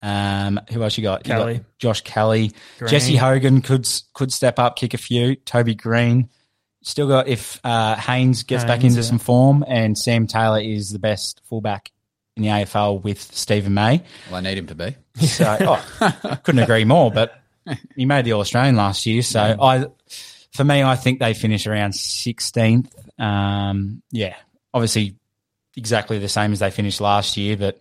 Speaker 1: um, who else you got? You got
Speaker 3: Kelly.
Speaker 1: Josh Kelly,
Speaker 3: Green.
Speaker 1: Jesse Hogan could could step up, kick a few. Toby Green, still got if uh, Haynes gets back
Speaker 3: Haynes,
Speaker 1: into
Speaker 3: yeah.
Speaker 1: some form, and Sam Taylor is the best fullback in the AFL with Stephen May.
Speaker 2: well, I need him to be.
Speaker 1: So oh, couldn't agree more. But he made the All Australian last year, so I, for me, I think they finish around sixteenth. Um, yeah, obviously, exactly the same as they finished last year, but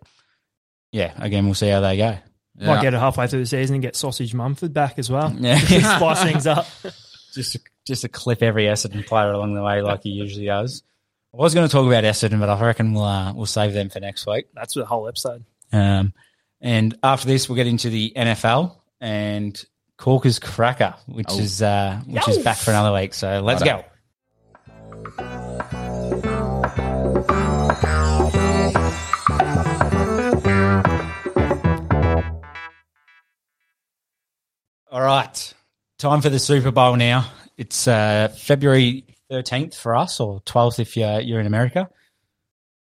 Speaker 1: yeah, again, we'll see how they go.
Speaker 2: Yeah.
Speaker 3: Might get it halfway through the season and get Sausage Mumford back as well.
Speaker 1: Yeah,
Speaker 3: Spice things up.
Speaker 1: just just to clip every Essendon player along the way, like he usually does. I was going to talk about Essendon, but I reckon we'll uh, we'll save them for next week.
Speaker 3: That's the whole episode.
Speaker 1: Um, and after this, we'll get into the NFL and Corker's Cracker, which
Speaker 2: Oh.
Speaker 1: is uh, which is back for another week. So let's
Speaker 2: Righto.
Speaker 1: go. All right, time for the Super Bowl now. It's uh, February thirteenth for us, or twelfth if you're, you're in America.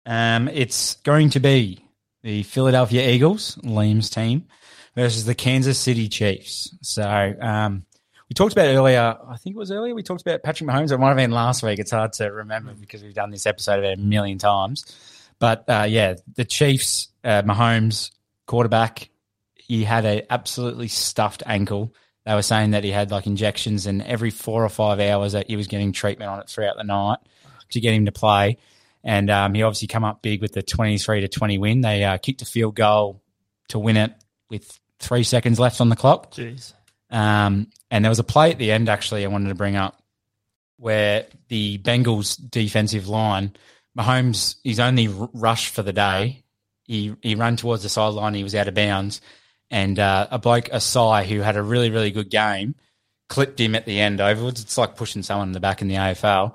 Speaker 1: Um, it's going to be the Philadelphia Eagles, Liam's team, versus the Kansas City Chiefs. So um, We talked about earlier, I think it was earlier, we talked about Patrick Mahomes. It might have been last week. It's hard to remember because we've done this episode about a million times. But uh, yeah, the Chiefs, uh, Mahomes, quarterback, he had a absolutely stuffed ankle. They were saying that he had like injections and every four or five hours that he was getting treatment on it throughout the night to get him to play. And um, he obviously come up big with the 23 to 20 win. They uh, kicked a field goal to win it with three seconds left on the clock.
Speaker 3: Jeez.
Speaker 1: Um, and there was a play at the end, actually, I wanted to bring up where the Bengals defensive line, Mahomes, his only r- rush for the day, he, he ran towards the sideline, he was out of bounds. And uh, a bloke, Asai, who had a really, really good game, clipped him at the end overwards. It's like pushing someone in the back in the AFL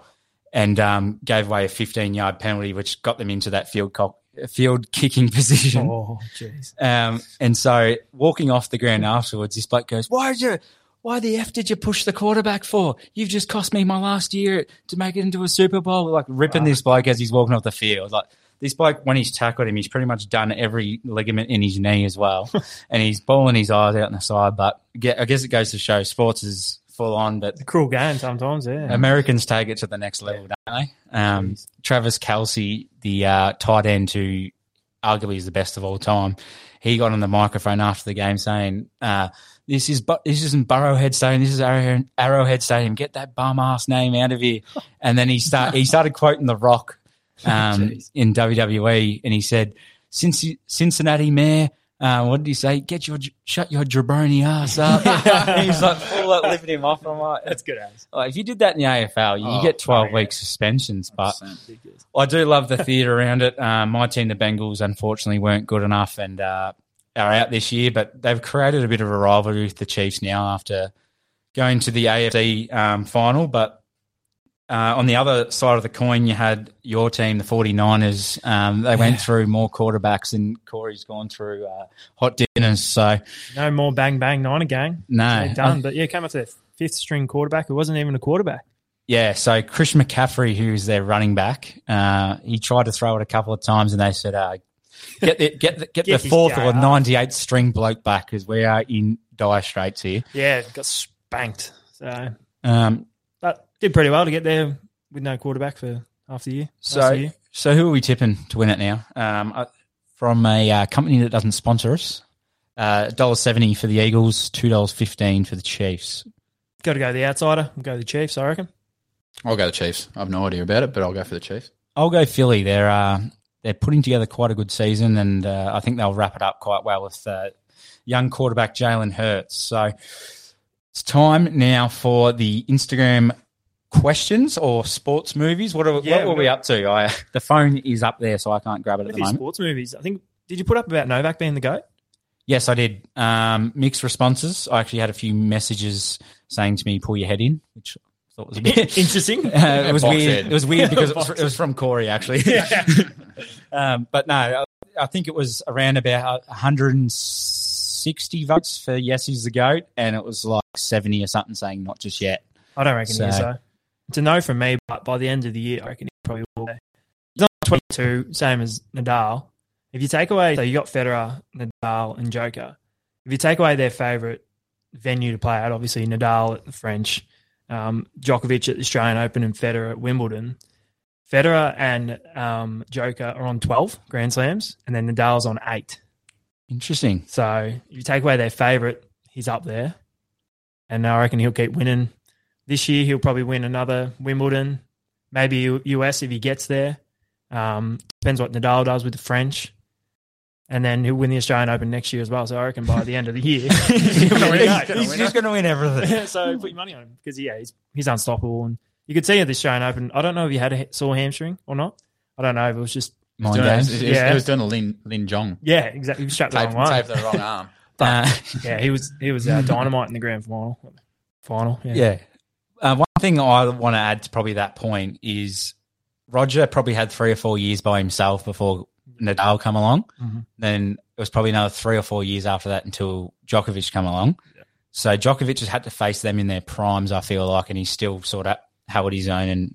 Speaker 1: and um, gave away a 15 yard penalty, which got them into that field, co- field kicking position.
Speaker 3: Oh, jeez.
Speaker 1: Um, and so walking off the ground afterwards, this bloke goes, "Why did you? Why the f did you push the quarterback for? You've just cost me my last year to make it into a Super Bowl." Like ripping this bloke as he's walking off the field. Like this bloke, when he's tackled him, he's pretty much done every ligament in his knee as well, and he's bawling his eyes out on the side. But ge- I guess it goes to show sports is full on, but
Speaker 3: It's a cruel game sometimes, yeah.
Speaker 1: Americans take it to the next level, don't they? Um, Travis Kelsey, the uh, tight end who arguably is the best of all time, he got on the microphone after the game saying, uh, "This is Bu- this isn't Burrowhead Stadium. This is Arrow- Arrowhead Stadium. Get that bum ass name out of here." And then he start he started quoting The Rock um,
Speaker 2: Jeez.
Speaker 1: in WWE, and he said, "Since Cincinnati Mayor." Uh, what did he say? Get your j- shut your jabroni ass up. He's like full up lifting him off. I'm like,
Speaker 3: That's good ass.
Speaker 1: like, if you did that in the AFL, you
Speaker 2: Oh,
Speaker 1: get 12
Speaker 3: yeah.
Speaker 1: week suspensions. But
Speaker 3: Ridiculous.
Speaker 1: I do love the theatre around it. Um, my team, the Bengals, unfortunately weren't good enough and uh, are out this year, but they've created a bit of a rivalry with the Chiefs now after going to the AFC um, final. But uh, on the other side of the coin, you had your team, the 49ers. Um, they went through more quarterbacks, and Corey's gone through uh, hot dinners. So,
Speaker 3: No more bang bang niner gang.
Speaker 1: no.
Speaker 3: They're
Speaker 1: um,
Speaker 3: done. But yeah, came up to their fifth string quarterback who wasn't even a quarterback.
Speaker 1: Yeah, so Chris McCaffrey, who's their running back, uh, he tried to throw it a couple of times, and they said, uh, "Get the get the, get
Speaker 3: Get
Speaker 1: the
Speaker 3: his
Speaker 1: fourth
Speaker 3: guy
Speaker 1: or
Speaker 3: up."
Speaker 1: ninety eighth string bloke back, because we are in dire straits here."
Speaker 3: Yeah, got spanked. So,
Speaker 1: Um,
Speaker 3: but did pretty well to get there with no quarterback for half the year. last
Speaker 1: so
Speaker 3: year.
Speaker 1: so who are we tipping to win it now? Um, uh, from a uh, company that doesn't sponsor us, uh, dollar seventy for the Eagles, two dollars fifteen for the Chiefs.
Speaker 3: got to go the outsider. We'll go the Chiefs, I reckon.
Speaker 2: I'll go the Chiefs. I've no idea about it, but I'll go for the Chiefs.
Speaker 1: I'll go Philly. They're uh, they're putting together quite a good season, and uh, I think they'll wrap it up quite well with uh, young quarterback Jalen Hurts. So it's time now for the Instagram questions or sports movies. What, are,
Speaker 3: Yeah,
Speaker 1: what were
Speaker 3: we
Speaker 1: we up to? I, the phone is up there, so I can't grab it at the
Speaker 3: What are these
Speaker 1: moment.
Speaker 3: sports movies? I think. Did you put up about Novak being the goat?
Speaker 1: Yes, I did. Um, mixed responses. I actually had a few messages saying to me, "Pull your head in," which I thought was a bit
Speaker 3: Interesting.
Speaker 1: Uh, it was
Speaker 2: Box
Speaker 1: weird.
Speaker 2: head.
Speaker 1: It was weird because it was,
Speaker 3: Box
Speaker 1: it was from Corey actually. um, but no, I, I think it was around about 160 votes for yes, he's the goat, and it was like 70 or something saying not just yet.
Speaker 3: I don't reckon he is,
Speaker 1: So-
Speaker 3: though. It's a no from me, but by the end of the year, I reckon he probably will. be. He's not 22, same as Nadal. If you take away, so you got Federer, Nadal, and Joker. If you take away their favourite venue to play at, obviously Nadal at the French, um, Djokovic at the Australian Open, and Federer at Wimbledon. Federer and um, Joker are on 12 Grand Slams, and then Nadal's on eight.
Speaker 1: Interesting.
Speaker 3: So if you take away their favourite, he's up there. And I reckon he'll keep winning. This year, he'll probably win another Wimbledon, maybe U- US if he gets there. Um, depends what Nadal does with the French. And then he'll win the Australian Open next year as well. So I reckon by the end of the year, he's gonna win it.
Speaker 1: He's just going to win everything.
Speaker 3: so put your money on him because yeah, he's he's unstoppable, and you could see at the Australian Open. I don't know if he had a he- sore hamstring or not. I don't know if it was just
Speaker 1: Mind
Speaker 2: Doing-
Speaker 1: games.
Speaker 2: it was-
Speaker 3: Yeah.
Speaker 2: it was doing a Lin, Lin Jong.
Speaker 3: yeah, exactly. He was strapped the
Speaker 2: Tape,
Speaker 3: wrong way.
Speaker 2: the wrong arm.
Speaker 1: Uh,
Speaker 3: Yeah, he was he was uh, dynamite in the grand final. Final, yeah.
Speaker 1: yeah. Uh, one thing I want to add to probably that point is Roger probably had three or four years by himself before Nadal come along.
Speaker 3: Mhm.
Speaker 1: Then it was probably another three or four years after that until Djokovic come along. So Djokovic has had to face them in their primes, I feel like, and he's still sort of held his own, and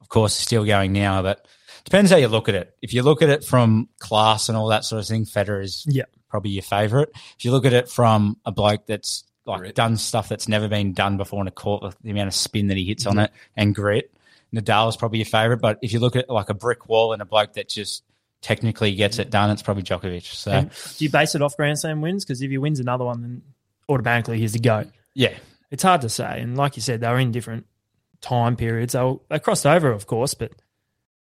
Speaker 1: of course he's still going now. But depends how you look at it. If you look at it from class and all that sort of thing, Federer is
Speaker 3: Yeah.
Speaker 1: probably your favourite. If you look at it from a bloke that's like
Speaker 2: Grit.
Speaker 1: done stuff that's never been done before in a court with the amount of spin that he hits on it and grit. Nadal's probably your favourite, but if you look at like a brick wall and a bloke that just technically gets it done, it's probably Djokovic. So
Speaker 3: And do you base it off Grand Slam wins? Because if he wins another one, then automatically he's the goat.
Speaker 1: yeah,
Speaker 3: It's hard to say. And like you said, they were in different time periods. They, were, they crossed over, of course, but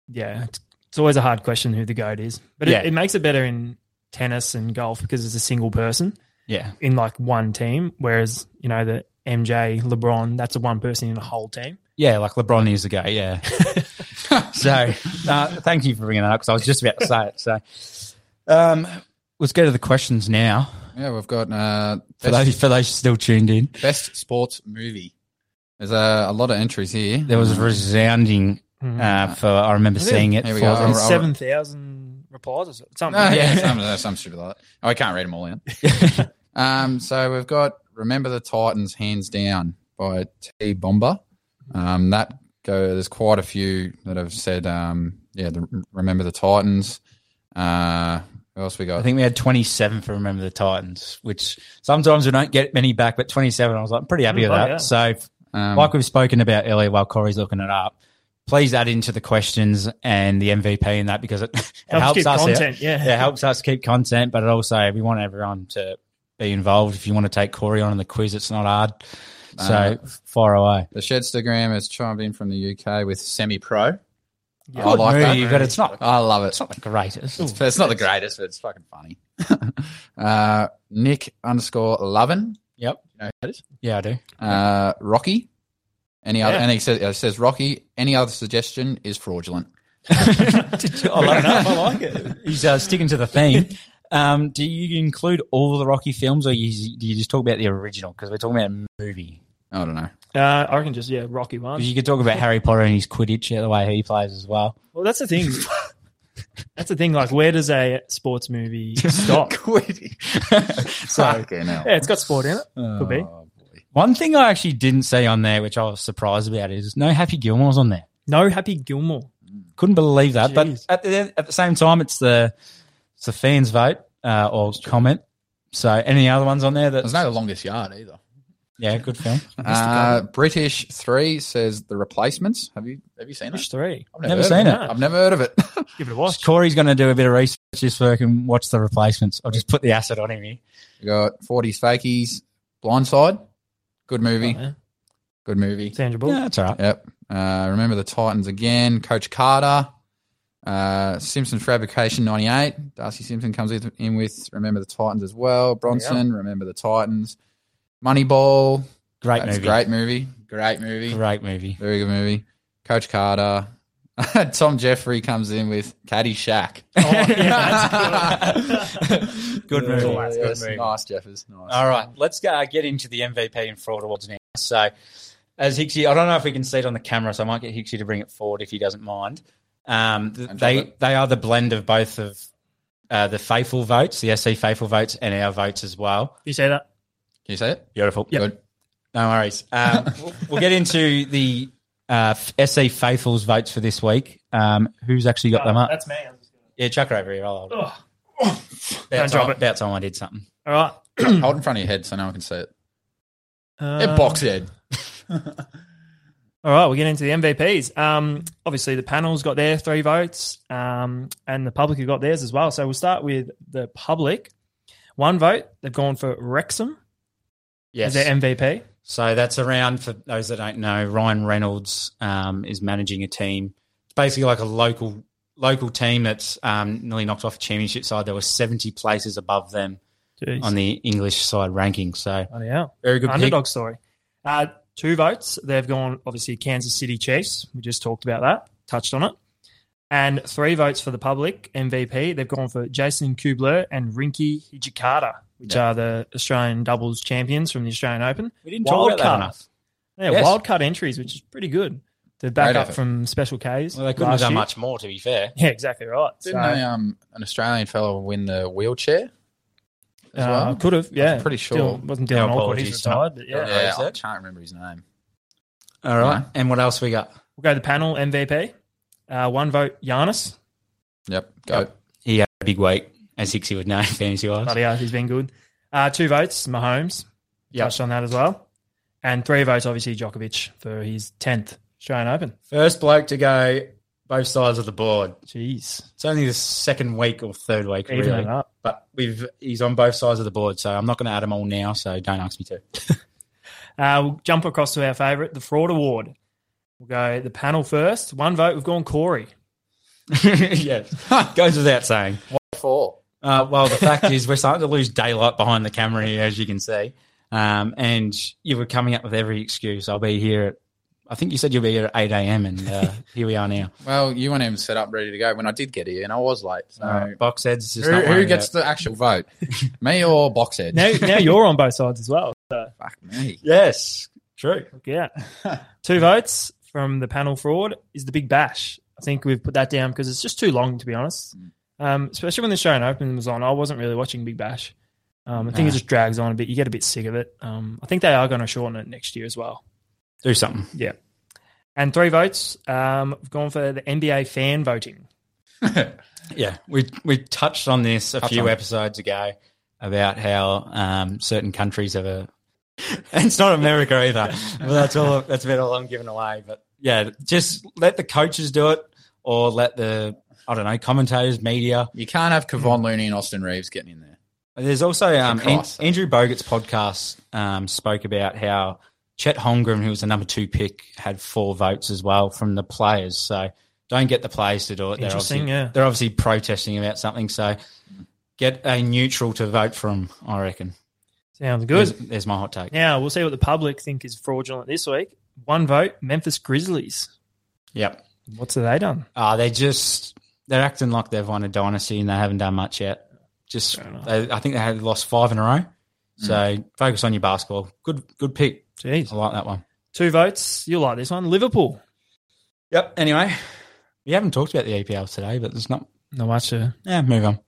Speaker 3: yeah, it's, it's always a hard question who the goat is. But
Speaker 1: Yeah.
Speaker 3: it, it makes it better in tennis and golf because it's a single person
Speaker 1: yeah,
Speaker 3: in like one team, whereas you know the MJ, LeBron, that's a one person in a whole team.
Speaker 1: yeah. Like LeBron years ago, yeah. so uh, thank you for bringing that up because I was just about to say it. So um, let's go to the questions now
Speaker 2: Yeah, we've got uh,
Speaker 1: for
Speaker 2: best,
Speaker 1: those for those still tuned in.
Speaker 2: best sports movie. There's uh, a lot of entries here.
Speaker 1: There was a resounding uh, for I remember
Speaker 3: Really?
Speaker 1: seeing it.
Speaker 2: Here we
Speaker 1: for
Speaker 2: go.
Speaker 1: them.
Speaker 2: I'll- I'll-
Speaker 3: Seven thousand replies or so- something.
Speaker 2: No,
Speaker 3: like
Speaker 2: yeah,
Speaker 3: that.
Speaker 2: some, uh, some stupid like that. Oh, I can't read them all out. um, so we've got "Remember the Titans," hands down by T Bomber. Um, that go. There's quite a few that have said, um, yeah, the, "Remember the Titans." Uh, what else we got?
Speaker 1: I think we had 27 for Remember the Titans, which sometimes we don't get many back, but 27, I was like, I'm pretty happy with
Speaker 3: Mm,
Speaker 1: that.
Speaker 3: yeah.
Speaker 1: So,
Speaker 2: um,
Speaker 1: like we've spoken about earlier while Corey's looking it up, please add into the questions and the MVP in that because it, it helps,
Speaker 3: keep
Speaker 1: us. out.
Speaker 3: content. Yeah.
Speaker 1: Yeah, it helps us keep content, but it also, we want everyone to be involved. If you want to take Corey on in the quiz, it's not hard. So,
Speaker 2: Uh,
Speaker 1: far away.
Speaker 2: the Shedstagram has chimed in from the UK with "Semi Pro."
Speaker 3: Yeah.
Speaker 2: I like that.
Speaker 1: Movie, but it's not,
Speaker 2: I love it.
Speaker 1: it's not the greatest.
Speaker 2: It's, it's not the greatest, but it's fucking funny. uh, Nick underscore Lovin.
Speaker 1: Yep.
Speaker 2: You know who that is?
Speaker 1: Yeah, I do.
Speaker 2: Uh, Rocky. Any other?
Speaker 3: Yeah.
Speaker 2: And he says, uh, says Rocky. Any other suggestion is fraudulent.
Speaker 1: I love it. I like it. He's uh, sticking to the theme. Um, do you include all the Rocky films, or you, do you just talk about the original? Because we're talking about a movie.
Speaker 2: I don't know.
Speaker 3: Uh, I reckon just yeah, Rocky
Speaker 1: 'Cause
Speaker 3: one.
Speaker 1: You could talk about Harry Potter and his Quidditch, yeah, the way he plays as well.
Speaker 3: Well, that's the thing. that's the thing. Like, where does a sports movie stop?
Speaker 1: so
Speaker 3: yeah, it's got sport in it. Could be.
Speaker 1: one thing I actually didn't see on there, which I was surprised about, is no Happy Gilmore's on there.
Speaker 3: No Happy Gilmore.
Speaker 1: Couldn't believe that. But
Speaker 3: Jeez.
Speaker 1: at the at the same time, it's the it's the fans' vote uh, or comment. So any other ones on there? That
Speaker 2: There's no longest yard either.
Speaker 1: yeah, good film.
Speaker 2: Uh, British three says the replacements. Have you have you seen it?
Speaker 3: Which three?
Speaker 2: I've
Speaker 1: Never
Speaker 2: heard
Speaker 1: seen
Speaker 2: of
Speaker 1: it.
Speaker 2: I've never heard of it.
Speaker 3: Give it a watch.
Speaker 1: Corey's going to do a bit of research this week and watch the replacements. I'll just put the acid on him eh? here.
Speaker 2: we got forties fakies. Blindside. Good movie.
Speaker 3: Yeah.
Speaker 2: Good movie.
Speaker 3: Oh, Sandra Bullock.
Speaker 1: Yeah, that's all right.
Speaker 2: Yep. Uh, remember the Titans again. Coach Carter. Uh, Simpson Fabrication 98. Darcy Simpson comes with, in with Remember the Titans as well. Bronson, Remember the Titans. Moneyball.
Speaker 1: Great
Speaker 2: That's a
Speaker 1: movie.
Speaker 2: great movie. Great movie.
Speaker 1: Great movie.
Speaker 2: Very good movie. Coach Carter. Tom Jeffrey comes in with Caddyshack.
Speaker 3: Oh, yeah,
Speaker 1: Good movie.
Speaker 2: Yes,
Speaker 1: Good movie.
Speaker 2: Nice, Jeffers. Nice.
Speaker 1: All right, let's uh, get into the MVP and fraud awards now. So, as Hixie, I don't know if we can see it on the camera, so I might get Hixie to bring it forward if he doesn't mind. Um, th-
Speaker 2: And
Speaker 1: they
Speaker 2: Robert.
Speaker 1: they are the blend of both of uh, the faithful votes, the SC faithful votes, and our votes as well.
Speaker 3: you say that?
Speaker 2: Can you say it?
Speaker 1: Beautiful.
Speaker 2: Good.
Speaker 1: No worries. Um, we'll- we'll get into the uh, SC Faithfuls votes for this week. Um, who's actually got them up?
Speaker 3: Uh, That's me.
Speaker 1: Yeah, chuck her over here. I'll hold it.
Speaker 3: Oh.
Speaker 1: About
Speaker 3: Don't drop
Speaker 1: time,
Speaker 3: it.
Speaker 1: about time I did something.
Speaker 3: All right.
Speaker 2: Hold in front of your head so no one can see it.
Speaker 3: Uh,
Speaker 2: Yeah, box head.
Speaker 3: All right, we're getting into the MVPs. Um, obviously, the panel's got their three votes, um, and the public have got theirs as well. So we'll start with the public. One vote, they've gone for Wrexham
Speaker 1: Yes.
Speaker 3: as their MVP.
Speaker 1: So that's around for those that don't know. Ryan Reynolds um, is managing a team. It's basically like a local local team that's um, nearly knocked off a championship side. There were seventy places above them
Speaker 3: Jeez.
Speaker 1: on the English side ranking. So
Speaker 3: Bloody hell.
Speaker 1: very good pick.
Speaker 3: underdog story. Uh, two votes. They've gone obviously Kansas City Chiefs. We just talked about that, touched on it. And three votes for the public MVP. They've gone for Jason Kubler and Rinky Hijikata, which are the Australian doubles champions from the Australian Open.
Speaker 1: We didn't talk
Speaker 3: Wild
Speaker 1: about that
Speaker 3: card.
Speaker 1: enough.
Speaker 3: Yeah,
Speaker 1: Yes.
Speaker 3: wild card entries, which is pretty good. To back
Speaker 2: Great
Speaker 3: up
Speaker 2: effort.
Speaker 3: from Special Ks.
Speaker 1: Well, they couldn't have
Speaker 3: last
Speaker 1: done
Speaker 3: year.
Speaker 1: much more, to be fair.
Speaker 3: Yeah, exactly right.
Speaker 2: Didn't
Speaker 3: So,
Speaker 2: they, um, an Australian fellow win the wheelchair? As
Speaker 3: uh,
Speaker 2: well?
Speaker 3: Could have, yeah.
Speaker 2: pretty sure.
Speaker 3: Dylan- wasn't
Speaker 1: Yeah,
Speaker 3: Dylan Allcott,
Speaker 1: apologies.
Speaker 3: he's retired, but yeah.
Speaker 1: Yeah.
Speaker 2: I can't remember his name.
Speaker 1: All right. And what else we got?
Speaker 3: We'll go to the panel MVP. Uh, one vote, Giannis.
Speaker 2: Yep. Go.
Speaker 1: Yep. He had a big week, as Hixie would know, fantasy wise.
Speaker 3: Bloody hell, he's been good. Uh, two votes, Mahomes.
Speaker 2: Yep.
Speaker 3: Touched on that as well. And three votes, obviously, Djokovic for his 10th Australian Open.
Speaker 1: First bloke to go both sides of the board.
Speaker 3: Jeez.
Speaker 1: It's only the second week or third week,
Speaker 3: Even
Speaker 1: really.
Speaker 3: it up.
Speaker 1: But we've he's on both sides of the board, so I'm not going to add them all now. So don't ask me to.
Speaker 3: Uh, we'll jump across to our favourite, the Fraud Award. We'll go the panel first. One vote, we've gone Corey.
Speaker 1: yes, goes without saying.
Speaker 2: Four.
Speaker 1: Uh, well, the fact is, we're starting to lose daylight behind the camera here, as you can see. Um, and you were coming up with every excuse. I'll be here. At, I think you said you'll be here at 8 a.m. And uh, here we are now.
Speaker 2: Well, you weren't even set up ready to go when I did get here, and I was late. So
Speaker 1: Uh, box heads just
Speaker 2: who,
Speaker 1: not
Speaker 2: who
Speaker 1: worried
Speaker 2: gets
Speaker 1: about-
Speaker 2: the actual vote? me or Boxhead?
Speaker 3: Now, now you're on both sides as well.
Speaker 2: Fuck me.
Speaker 1: yes, true.
Speaker 3: Yeah. Two votes from the panel fraud is the Big Bash. I think we've put that down because it's just too long, to be honest. Um, especially when the Australian Open was on, I wasn't really watching Big Bash. Um, I think
Speaker 1: Nah.
Speaker 3: it just drags on a bit. You get a bit sick of it. Um, I think they are going to shorten it next year as well.
Speaker 1: Do something.
Speaker 3: And three votes. Um, we've gone for the NBA fan voting.
Speaker 1: Yeah, we we touched on this a
Speaker 2: Touched
Speaker 1: few
Speaker 2: on it.
Speaker 1: episodes ago about how um, certain countries have a. it's not America either. Well, that's all. That's about all I'm giving away. But yeah, just let the coaches do it, or let the I don't know commentators, media.
Speaker 2: You can't have Kevon Looney and Austin Reeves getting in there.
Speaker 1: There's also um, An-
Speaker 2: Christ.
Speaker 1: Andrew Bogut's podcast um, spoke about how Chet Holmgren, who was the number two pick, had four votes as well from the players. So don't get the players to do it. They're obviously-
Speaker 3: Interesting, yeah.
Speaker 1: they're obviously protesting about something. So get a neutral to vote from. I reckon.
Speaker 3: Sounds
Speaker 1: There's,
Speaker 3: good.
Speaker 1: there's my hot take.
Speaker 3: Now we'll see what the public think is fraudulent this week. One vote, Memphis Grizzlies.
Speaker 1: Yep.
Speaker 3: What's they done?
Speaker 1: Uh, they just they're acting like they've won a dynasty and they haven't done much yet. Just
Speaker 3: Fair enough. Mm.
Speaker 1: they, I think they had lost five in a row. So focus on your basketball. Good good pick.
Speaker 3: Jeez.
Speaker 1: I like that one.
Speaker 3: Two votes. You'll like this one. Liverpool.
Speaker 1: Yep. Anyway, we haven't talked about the EPL today, but there's not.
Speaker 3: No much. Uh,
Speaker 1: Yeah, move on.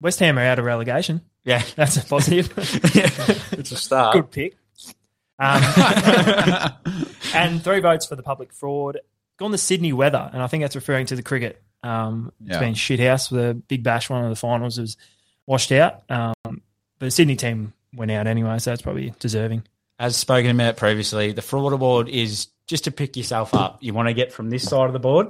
Speaker 3: West Ham are out of relegation.
Speaker 1: Yeah.
Speaker 3: That's a positive.
Speaker 1: it's a start.
Speaker 3: Good pick. Um, and three votes for the public fraud. Gone the Sydney weather, and I think that's referring to the cricket. Um,
Speaker 2: Yeah.
Speaker 3: It's been shit house. The Big Bash, one of the finals, was washed out. Um, but the Sydney team went out anyway, so that's probably deserving.
Speaker 1: As spoken about previously, the fraud award is just to pick yourself up. You want to get from this side of the board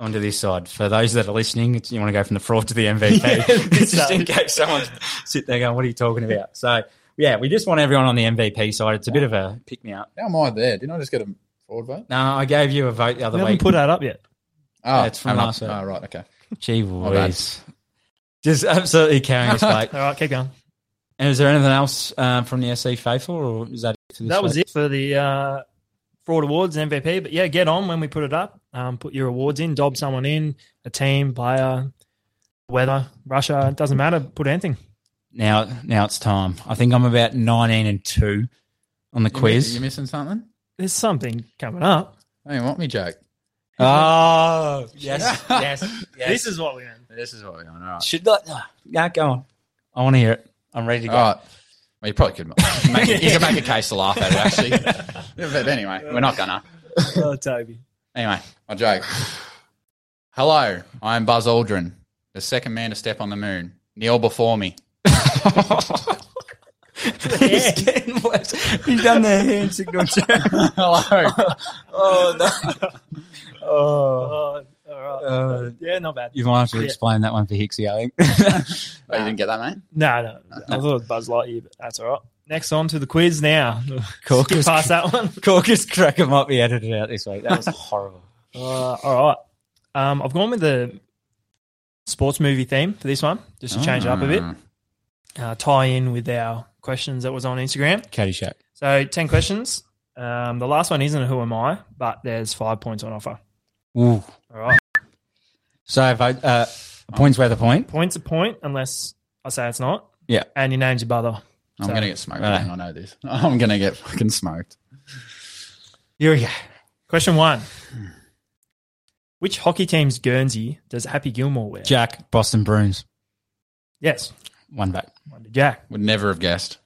Speaker 1: onto this side. For those that are listening, it's, you want to go from the fraud to the MVP.
Speaker 3: Yeah,
Speaker 1: just in case someone's sitting there going, "What are you talking about?" So yeah, we just want everyone on the MVP side. It's a bit of a pick me up.
Speaker 2: How am I there? Didn't I just get a fraud vote?
Speaker 1: No, I gave you a vote the
Speaker 3: We
Speaker 1: other
Speaker 3: haven't
Speaker 1: week.
Speaker 3: put that up yet.
Speaker 2: Oh,
Speaker 1: it's from
Speaker 2: I'm
Speaker 1: last week.
Speaker 2: Oh, right. Okay.
Speaker 1: Gee
Speaker 2: bad.
Speaker 1: whiz. Just absolutely carrying us, mate.
Speaker 3: All right, keep going.
Speaker 1: And is there anything else um, from the SC faithful, or is that it for this
Speaker 3: that was it for the uh, fraud awards and MVP. But yeah, get on when we put it up. Um, put your awards in, dob someone in, a team, player, weather, Russia. It doesn't matter. Put anything.
Speaker 1: Now, now it's time. I think I'm about 19 and two on the
Speaker 2: You mi-
Speaker 1: quiz.
Speaker 2: You missing something?
Speaker 3: There's something coming up.
Speaker 2: Oh, you want me joke?
Speaker 1: Oh, yes, yes, yes.
Speaker 3: This is what we're in.
Speaker 2: This is what we're on. All right.
Speaker 1: should not. Yeah, go on. I want to hear it. I'm ready to
Speaker 2: All
Speaker 1: go.
Speaker 2: right. Well, you probably could make, you could make a case to laugh at it, actually. Yeah, but anyway, we're not gonna.
Speaker 3: Oh, Toby.
Speaker 2: Anyway, my joke. Hello, I am Buzz Aldrin, the second man to step on the moon. Kneel before me.
Speaker 1: He's
Speaker 3: Oh.
Speaker 1: getting worse. He's done the hand signal too.
Speaker 2: Hello.
Speaker 1: Oh no. Oh.
Speaker 3: Oh, all right.
Speaker 1: Uh,
Speaker 3: yeah, not bad.
Speaker 1: you might have to
Speaker 3: Yeah.
Speaker 1: explain that one for Hixie, I think.
Speaker 2: Oh, you didn't get that, mate?
Speaker 3: No, no, I thought it was Buzz Lightyear, but that's all right. Next on to the quiz now.
Speaker 1: Cool.
Speaker 3: Skip past that one.
Speaker 1: Caucus cracker might be edited out this week. That was horrible.
Speaker 3: Uh, all right. Um, I've gone with the sports movie theme for this one, just to change it up a
Speaker 2: Mm,
Speaker 3: bit. uh, tie in with our questions that was on Instagram.
Speaker 1: Caddyshack.
Speaker 3: So ten questions. Um, the last one isn't a who am I, but there's five points on offer.
Speaker 1: Ooh.
Speaker 3: All right,
Speaker 1: So if I, uh, a point's worth a point.
Speaker 3: points a point unless I say it's not.
Speaker 1: Yeah.
Speaker 3: and your name's your brother.
Speaker 2: I'm
Speaker 3: So-
Speaker 2: gonna get smoked.
Speaker 1: Right.
Speaker 2: man, I know this. I'm gonna get fucking smoked.
Speaker 1: Here we go.
Speaker 3: Question one: Which hockey team's Guernsey does Happy Gilmore wear?
Speaker 1: Jack, Boston Bruins.
Speaker 3: Yes,
Speaker 1: One back.
Speaker 3: one to Jack.
Speaker 2: Would never have guessed.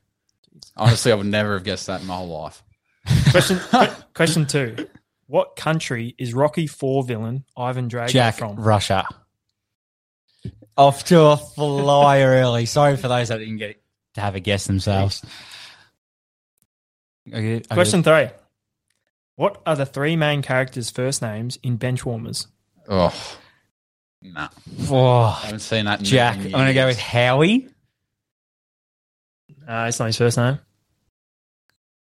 Speaker 2: Honestly, I would never have guessed that in my whole life.
Speaker 3: Question que- question two: What country is Rocky Four villain Ivan Drago
Speaker 1: Jack,
Speaker 3: from?
Speaker 1: Russia. Off to a flyer early. Sorry for those that didn't get to have a guess themselves. Okay, okay.
Speaker 3: Question three. What are the three main characters' first names in Benchwarmers?
Speaker 2: Oh, nah. I
Speaker 1: Oh,
Speaker 2: haven't seen that. In
Speaker 1: Jack. I'm
Speaker 2: years.
Speaker 1: going to go with Howie
Speaker 3: Uh, it's not his first name.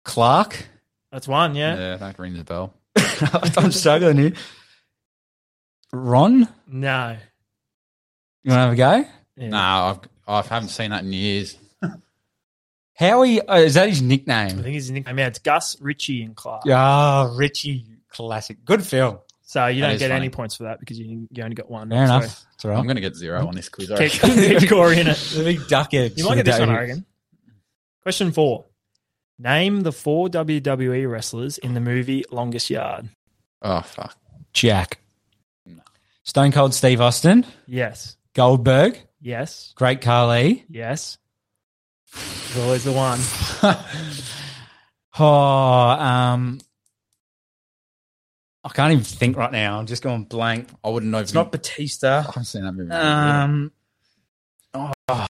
Speaker 1: Clark.
Speaker 3: That's one,
Speaker 2: Yeah,
Speaker 3: yeah.
Speaker 2: that rings a bell.
Speaker 1: I'm struggling here. Ron,
Speaker 3: No.
Speaker 1: you want to have a go?
Speaker 2: No,
Speaker 3: Yeah.
Speaker 2: Nah, I've, I haven't seen that in years.
Speaker 1: Howie, oh, is that his
Speaker 3: I
Speaker 1: nickname?
Speaker 3: think his nickname. Yeah, it's Gus, Richie, and Clark.
Speaker 1: Ah, Richie, classic. Good film.
Speaker 3: So you
Speaker 2: That
Speaker 3: don't
Speaker 2: is
Speaker 3: get
Speaker 2: funny.
Speaker 3: any points for that because you, you only got one.
Speaker 1: Fair
Speaker 3: So
Speaker 1: enough. It's all
Speaker 2: I'm
Speaker 1: right.
Speaker 2: going to get zero on this quiz. I
Speaker 3: Keep,
Speaker 2: reckon.
Speaker 3: keep scoring in it.
Speaker 1: The big duck eggs.
Speaker 3: You
Speaker 1: for
Speaker 3: might
Speaker 1: the
Speaker 3: get this one,
Speaker 1: day.
Speaker 3: I reckon. Question four. Name the four WWE wrestlers in the movie Longest Yard.
Speaker 2: oh, fuck.
Speaker 1: Jack. Stone Cold Steve Austin.
Speaker 3: Yes.
Speaker 1: Goldberg.
Speaker 3: Yes.
Speaker 1: Great Carly.
Speaker 3: Yes. There's always the one.
Speaker 1: oh, um, I can't even think right now. I'm just going blank.
Speaker 2: I wouldn't know.
Speaker 1: It's not Batista.
Speaker 2: I haven't seen that movie. in years.
Speaker 1: Um, oh,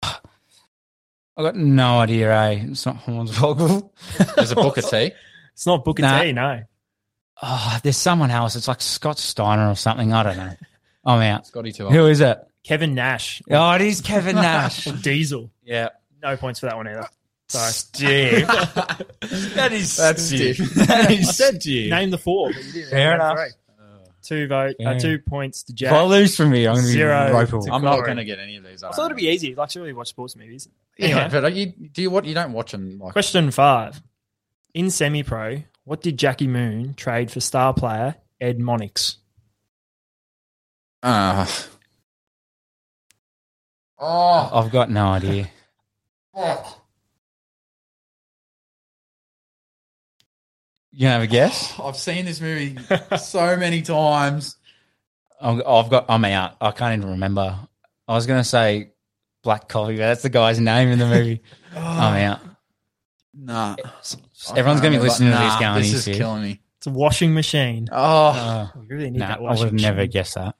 Speaker 1: I got no idea. Eh? It's not Hornswoggle.
Speaker 2: There's a Booker T.
Speaker 3: It's not Booker
Speaker 1: Nah.
Speaker 3: T, no.
Speaker 1: Oh, there's someone else. It's like Scott Steiner or something. I don't know. I'm out.
Speaker 2: Scotty too.
Speaker 1: Who is it?
Speaker 3: Kevin Nash.
Speaker 1: Oh, it is Kevin Nash.
Speaker 3: Or Diesel.
Speaker 1: yeah.
Speaker 3: No points for that one either. Sorry.
Speaker 1: Steve. that is That's Steve. That is Steve.
Speaker 3: Name the four. but you didn't.
Speaker 1: Fair
Speaker 3: Name
Speaker 1: enough.
Speaker 3: three. Two vote,
Speaker 1: Yeah.
Speaker 3: uh, two points to
Speaker 1: If I
Speaker 3: Jack.
Speaker 1: lose from here, I'm going to be
Speaker 3: Zero
Speaker 1: ropeable.
Speaker 3: to
Speaker 2: I'm not
Speaker 3: Corey.
Speaker 2: going to get any of these.
Speaker 3: I thought it'd be easy. Like, surely you watch sports movies.
Speaker 2: Yeah,
Speaker 3: Anyway.
Speaker 2: but you do you what? You don't watch them like
Speaker 3: Question five. In semi pro, what did Jackie Moon trade for star player Ed Monix?
Speaker 2: Uh, oh,
Speaker 1: I've got no idea. You gonna have a guess?
Speaker 2: I've seen this movie so many times.
Speaker 1: I'm, I've got. I'm out. I can't even remember. I was gonna say Black Coffee, but that's the guy's name in the movie. I'm out.
Speaker 2: Nah,
Speaker 1: Everyone's gonna be listening to this
Speaker 2: nah,
Speaker 1: going.
Speaker 2: This
Speaker 1: "He's
Speaker 2: is
Speaker 1: here."
Speaker 2: killing me.
Speaker 3: It's a washing machine.
Speaker 2: Oh,
Speaker 1: Oh,
Speaker 3: We really need
Speaker 1: nah,
Speaker 3: that
Speaker 1: I would
Speaker 3: washing
Speaker 1: have never
Speaker 3: machine.
Speaker 1: guessed that.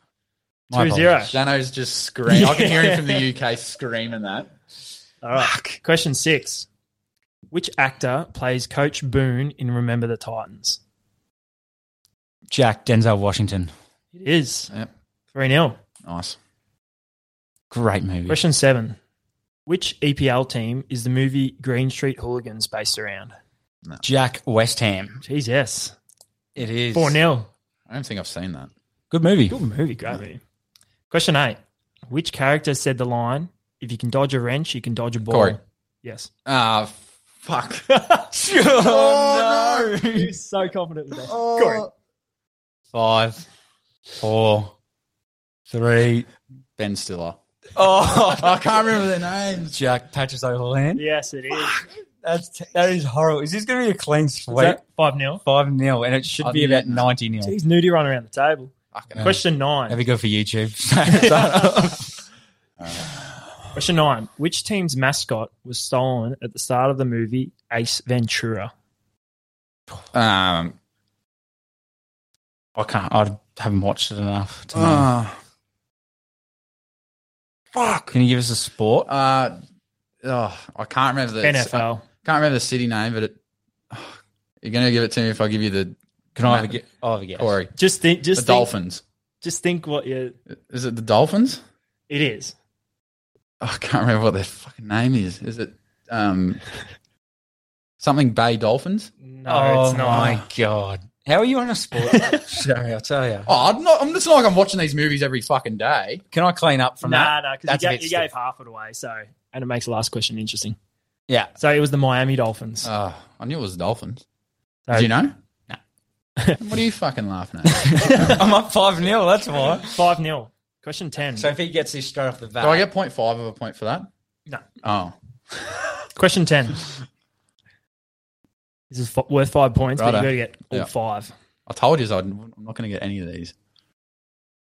Speaker 3: Two zero.
Speaker 2: Dano's just screaming. I can hear him from the UK screaming that.
Speaker 3: All right. Question six. Which actor plays Coach Boone in Remember the Titans?
Speaker 1: Jack Denzel Washington.
Speaker 3: It is.
Speaker 2: Yep.
Speaker 3: 3 0.
Speaker 2: Nice.
Speaker 1: Great movie.
Speaker 3: Question seven. Which EPL team is the movie Green Street Hooligans based around?
Speaker 1: Jack West Ham.
Speaker 3: Jeez, yes.
Speaker 1: It is
Speaker 3: 4 0.
Speaker 2: I don't think I've seen that.
Speaker 1: Good movie.
Speaker 3: Good movie, great movie. Question eight. Which character said the line, if you can dodge a wrench, you can dodge a ball?
Speaker 2: Corey.
Speaker 3: Yes.
Speaker 2: Ah, fuck.
Speaker 1: Oh, no.
Speaker 3: You're so confident with that.
Speaker 1: Five, four, three.
Speaker 2: Ben Stiller.
Speaker 1: Oh,
Speaker 2: I can't remember their names.
Speaker 1: Jack Patches O'Holland.
Speaker 3: Yes, it is. Is
Speaker 1: That's that is horrible. Is this going to be a clean sweep?
Speaker 3: that 5 0?
Speaker 1: Five 0 and it should
Speaker 2: I
Speaker 1: be
Speaker 2: didn't
Speaker 1: about
Speaker 2: know.
Speaker 1: ninety 0
Speaker 3: He's nudie run around the table.
Speaker 2: Fucking
Speaker 1: Yeah.
Speaker 3: Question
Speaker 1: That'd
Speaker 3: nine.
Speaker 1: be good for YouTube.
Speaker 3: Question nine. Which team's mascot was stolen at the start of the movie Ace Ventura?
Speaker 2: Um.
Speaker 1: I can't. I haven't watched it enough. To know.
Speaker 2: Uh, fuck.
Speaker 1: Can you give us a sport?
Speaker 2: Uh, oh, I can't remember
Speaker 1: uh,
Speaker 2: the I
Speaker 3: NFL.
Speaker 2: can't remember the city name, but it, oh, you're gonna give it to me if I give you the
Speaker 1: Can I have a
Speaker 2: Matt-
Speaker 1: guess? I'll have a guess.
Speaker 2: Corey.
Speaker 3: Just think.
Speaker 2: The
Speaker 3: Just think,
Speaker 2: Dolphins.
Speaker 3: Just think what you.
Speaker 2: Is it the Dolphins?
Speaker 3: It is.
Speaker 2: Oh, I can't remember what their fucking name is. Is it um something Bay Dolphins?
Speaker 3: No,
Speaker 1: Oh
Speaker 3: it's not.
Speaker 1: my god! How are you on a sport? Sorry, I'll tell you.
Speaker 2: Oh, I'm not. I'm just like I'm watching these movies every fucking day.
Speaker 1: Can I clean up from
Speaker 3: nah,
Speaker 1: that?
Speaker 3: no, because
Speaker 1: That's a
Speaker 3: you,
Speaker 1: bit
Speaker 3: gave, you
Speaker 1: stiff.
Speaker 3: gave half it away. So, and it makes the last question interesting.
Speaker 1: Yeah.
Speaker 3: So it was the Miami Dolphins.
Speaker 2: Oh, I knew it was Dolphins.
Speaker 3: So-
Speaker 2: Did you know? No. what are you fucking laughing at?
Speaker 1: I'm up five 0 That's why.
Speaker 3: Five 0 Question ten.
Speaker 1: So if he gets this straight off the bat,
Speaker 2: Do I get 0.5 of a point for that?
Speaker 3: No.
Speaker 2: Oh,
Speaker 3: question ten. This is f- worth five points, but
Speaker 2: Righto.
Speaker 3: you got to get all
Speaker 2: Yeah.
Speaker 3: five.
Speaker 2: I told you I'd- I'm not going to get any of these.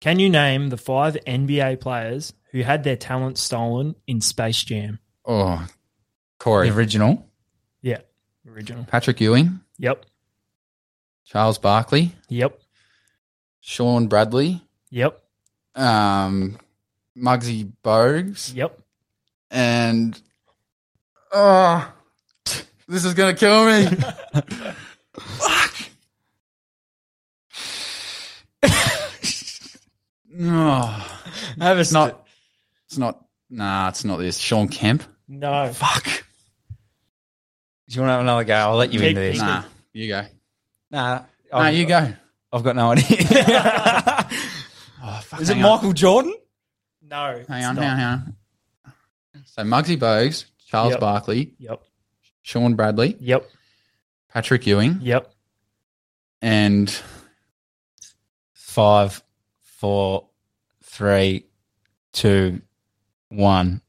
Speaker 3: Can you name the five NBA players who had their talent stolen in Space Jam?
Speaker 2: Oh,
Speaker 1: the
Speaker 2: Corey.
Speaker 1: original.
Speaker 3: Yeah, original.
Speaker 2: Patrick Ewing,
Speaker 3: Yep,
Speaker 2: Charles Barkley,
Speaker 3: yep,
Speaker 2: Sean Bradley,
Speaker 3: yep,
Speaker 2: um, Muggsy Bogues,
Speaker 3: yep.
Speaker 2: and uh, This is gonna kill me. Fuck. no,
Speaker 1: Have a
Speaker 2: it's not. Ah, It's not. Nah, it's not this. Sean Kemp.
Speaker 3: No.
Speaker 2: Fuck.
Speaker 1: Do you want to have another go? I'll let you
Speaker 3: Take-
Speaker 1: into this.
Speaker 3: take-
Speaker 2: Nah, you go.
Speaker 1: Nah,
Speaker 2: Nah, you go.
Speaker 1: I've got no idea.
Speaker 2: Oh, fuck,
Speaker 1: Is it
Speaker 2: hang on.
Speaker 1: Michael Jordan?
Speaker 3: No.
Speaker 2: Hang
Speaker 3: it's
Speaker 2: on,
Speaker 3: not.
Speaker 2: hang on, hang on. So Muggsy Bogues, Charles
Speaker 3: Yep.
Speaker 2: Barkley,
Speaker 3: Yep.
Speaker 2: Sean Bradley,
Speaker 3: Yep.
Speaker 2: Patrick Ewing,
Speaker 3: Yep.
Speaker 2: and
Speaker 1: Five, four, three, two, one.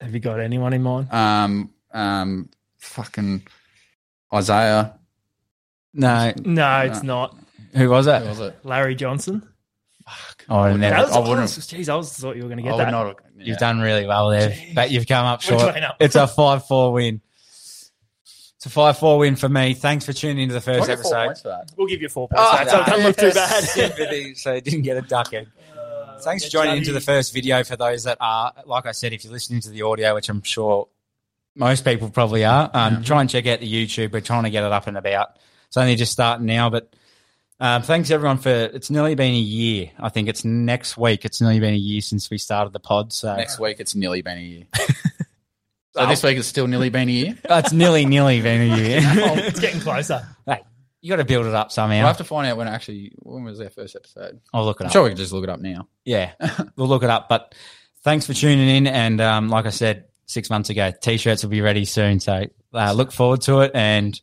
Speaker 3: Have you got anyone in mind?
Speaker 2: um, um, fucking Isaiah.
Speaker 1: No,
Speaker 3: No, it's not.
Speaker 1: who was
Speaker 2: Who
Speaker 1: that?
Speaker 2: was it?
Speaker 3: Larry Johnson.
Speaker 2: Fuck.
Speaker 1: Oh, and
Speaker 2: Yeah,
Speaker 1: then
Speaker 3: that was
Speaker 2: I wouldn't-
Speaker 3: close. Jeez, I was thought you were going to
Speaker 2: I
Speaker 3: get
Speaker 2: would
Speaker 3: that.
Speaker 2: Oh, not have- yeah.
Speaker 1: you've done really well there,
Speaker 3: Jeez.
Speaker 1: but you've come up
Speaker 3: Which
Speaker 1: short.
Speaker 3: way up?
Speaker 1: It's a five-four win. It's a five-four win for me. Thanks for tuning into the first
Speaker 2: Twenty-four
Speaker 1: episode.
Speaker 2: points for that.
Speaker 3: We'll give you four points. so it doesn't Oh, look too bad.
Speaker 1: Sympathy, so it didn't get a ducking.
Speaker 2: Uh,
Speaker 1: Thanks for
Speaker 3: Yeah,
Speaker 1: joining
Speaker 3: Johnny.
Speaker 1: into the first video for those that are, like I said, if you're listening to the audio, which I'm sure most people probably are, um,
Speaker 2: Mm-hmm.
Speaker 1: try and check out the YouTube. We're trying to get it up and about. It's only just starting now, but um, thanks everyone for it's nearly been a year. I think it's next week. It's nearly been a year since we started the pod. So
Speaker 2: Next week, it's nearly been a year. so this week, it's still nearly been a year.
Speaker 1: that's nearly, nearly been a year.
Speaker 3: it's getting closer.
Speaker 1: hey, you got to build it up somehow.
Speaker 2: We'll have to find out when it actually when was our first episode.
Speaker 1: I'll look it
Speaker 2: I'm
Speaker 1: up.
Speaker 2: sure we can just look it up now.
Speaker 1: Yeah, we'll look it up. But thanks for tuning in. And um, like I said six months ago, t-shirts will be ready soon. So uh, look forward to it. And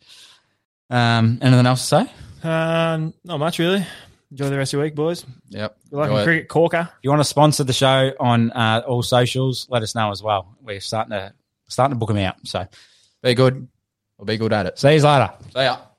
Speaker 1: um, anything else to say? If
Speaker 3: Um, not much really. Enjoy the rest of your week, boys. Good
Speaker 2: Yep.
Speaker 3: luck
Speaker 2: Enjoy
Speaker 3: in
Speaker 2: it.
Speaker 3: cricket, Corker.
Speaker 1: you want to sponsor the show on uh, all socials, let us know as well. We're starting to starting to book them out. So
Speaker 2: Be good. Or be good at it.
Speaker 1: see you later.
Speaker 2: See ya.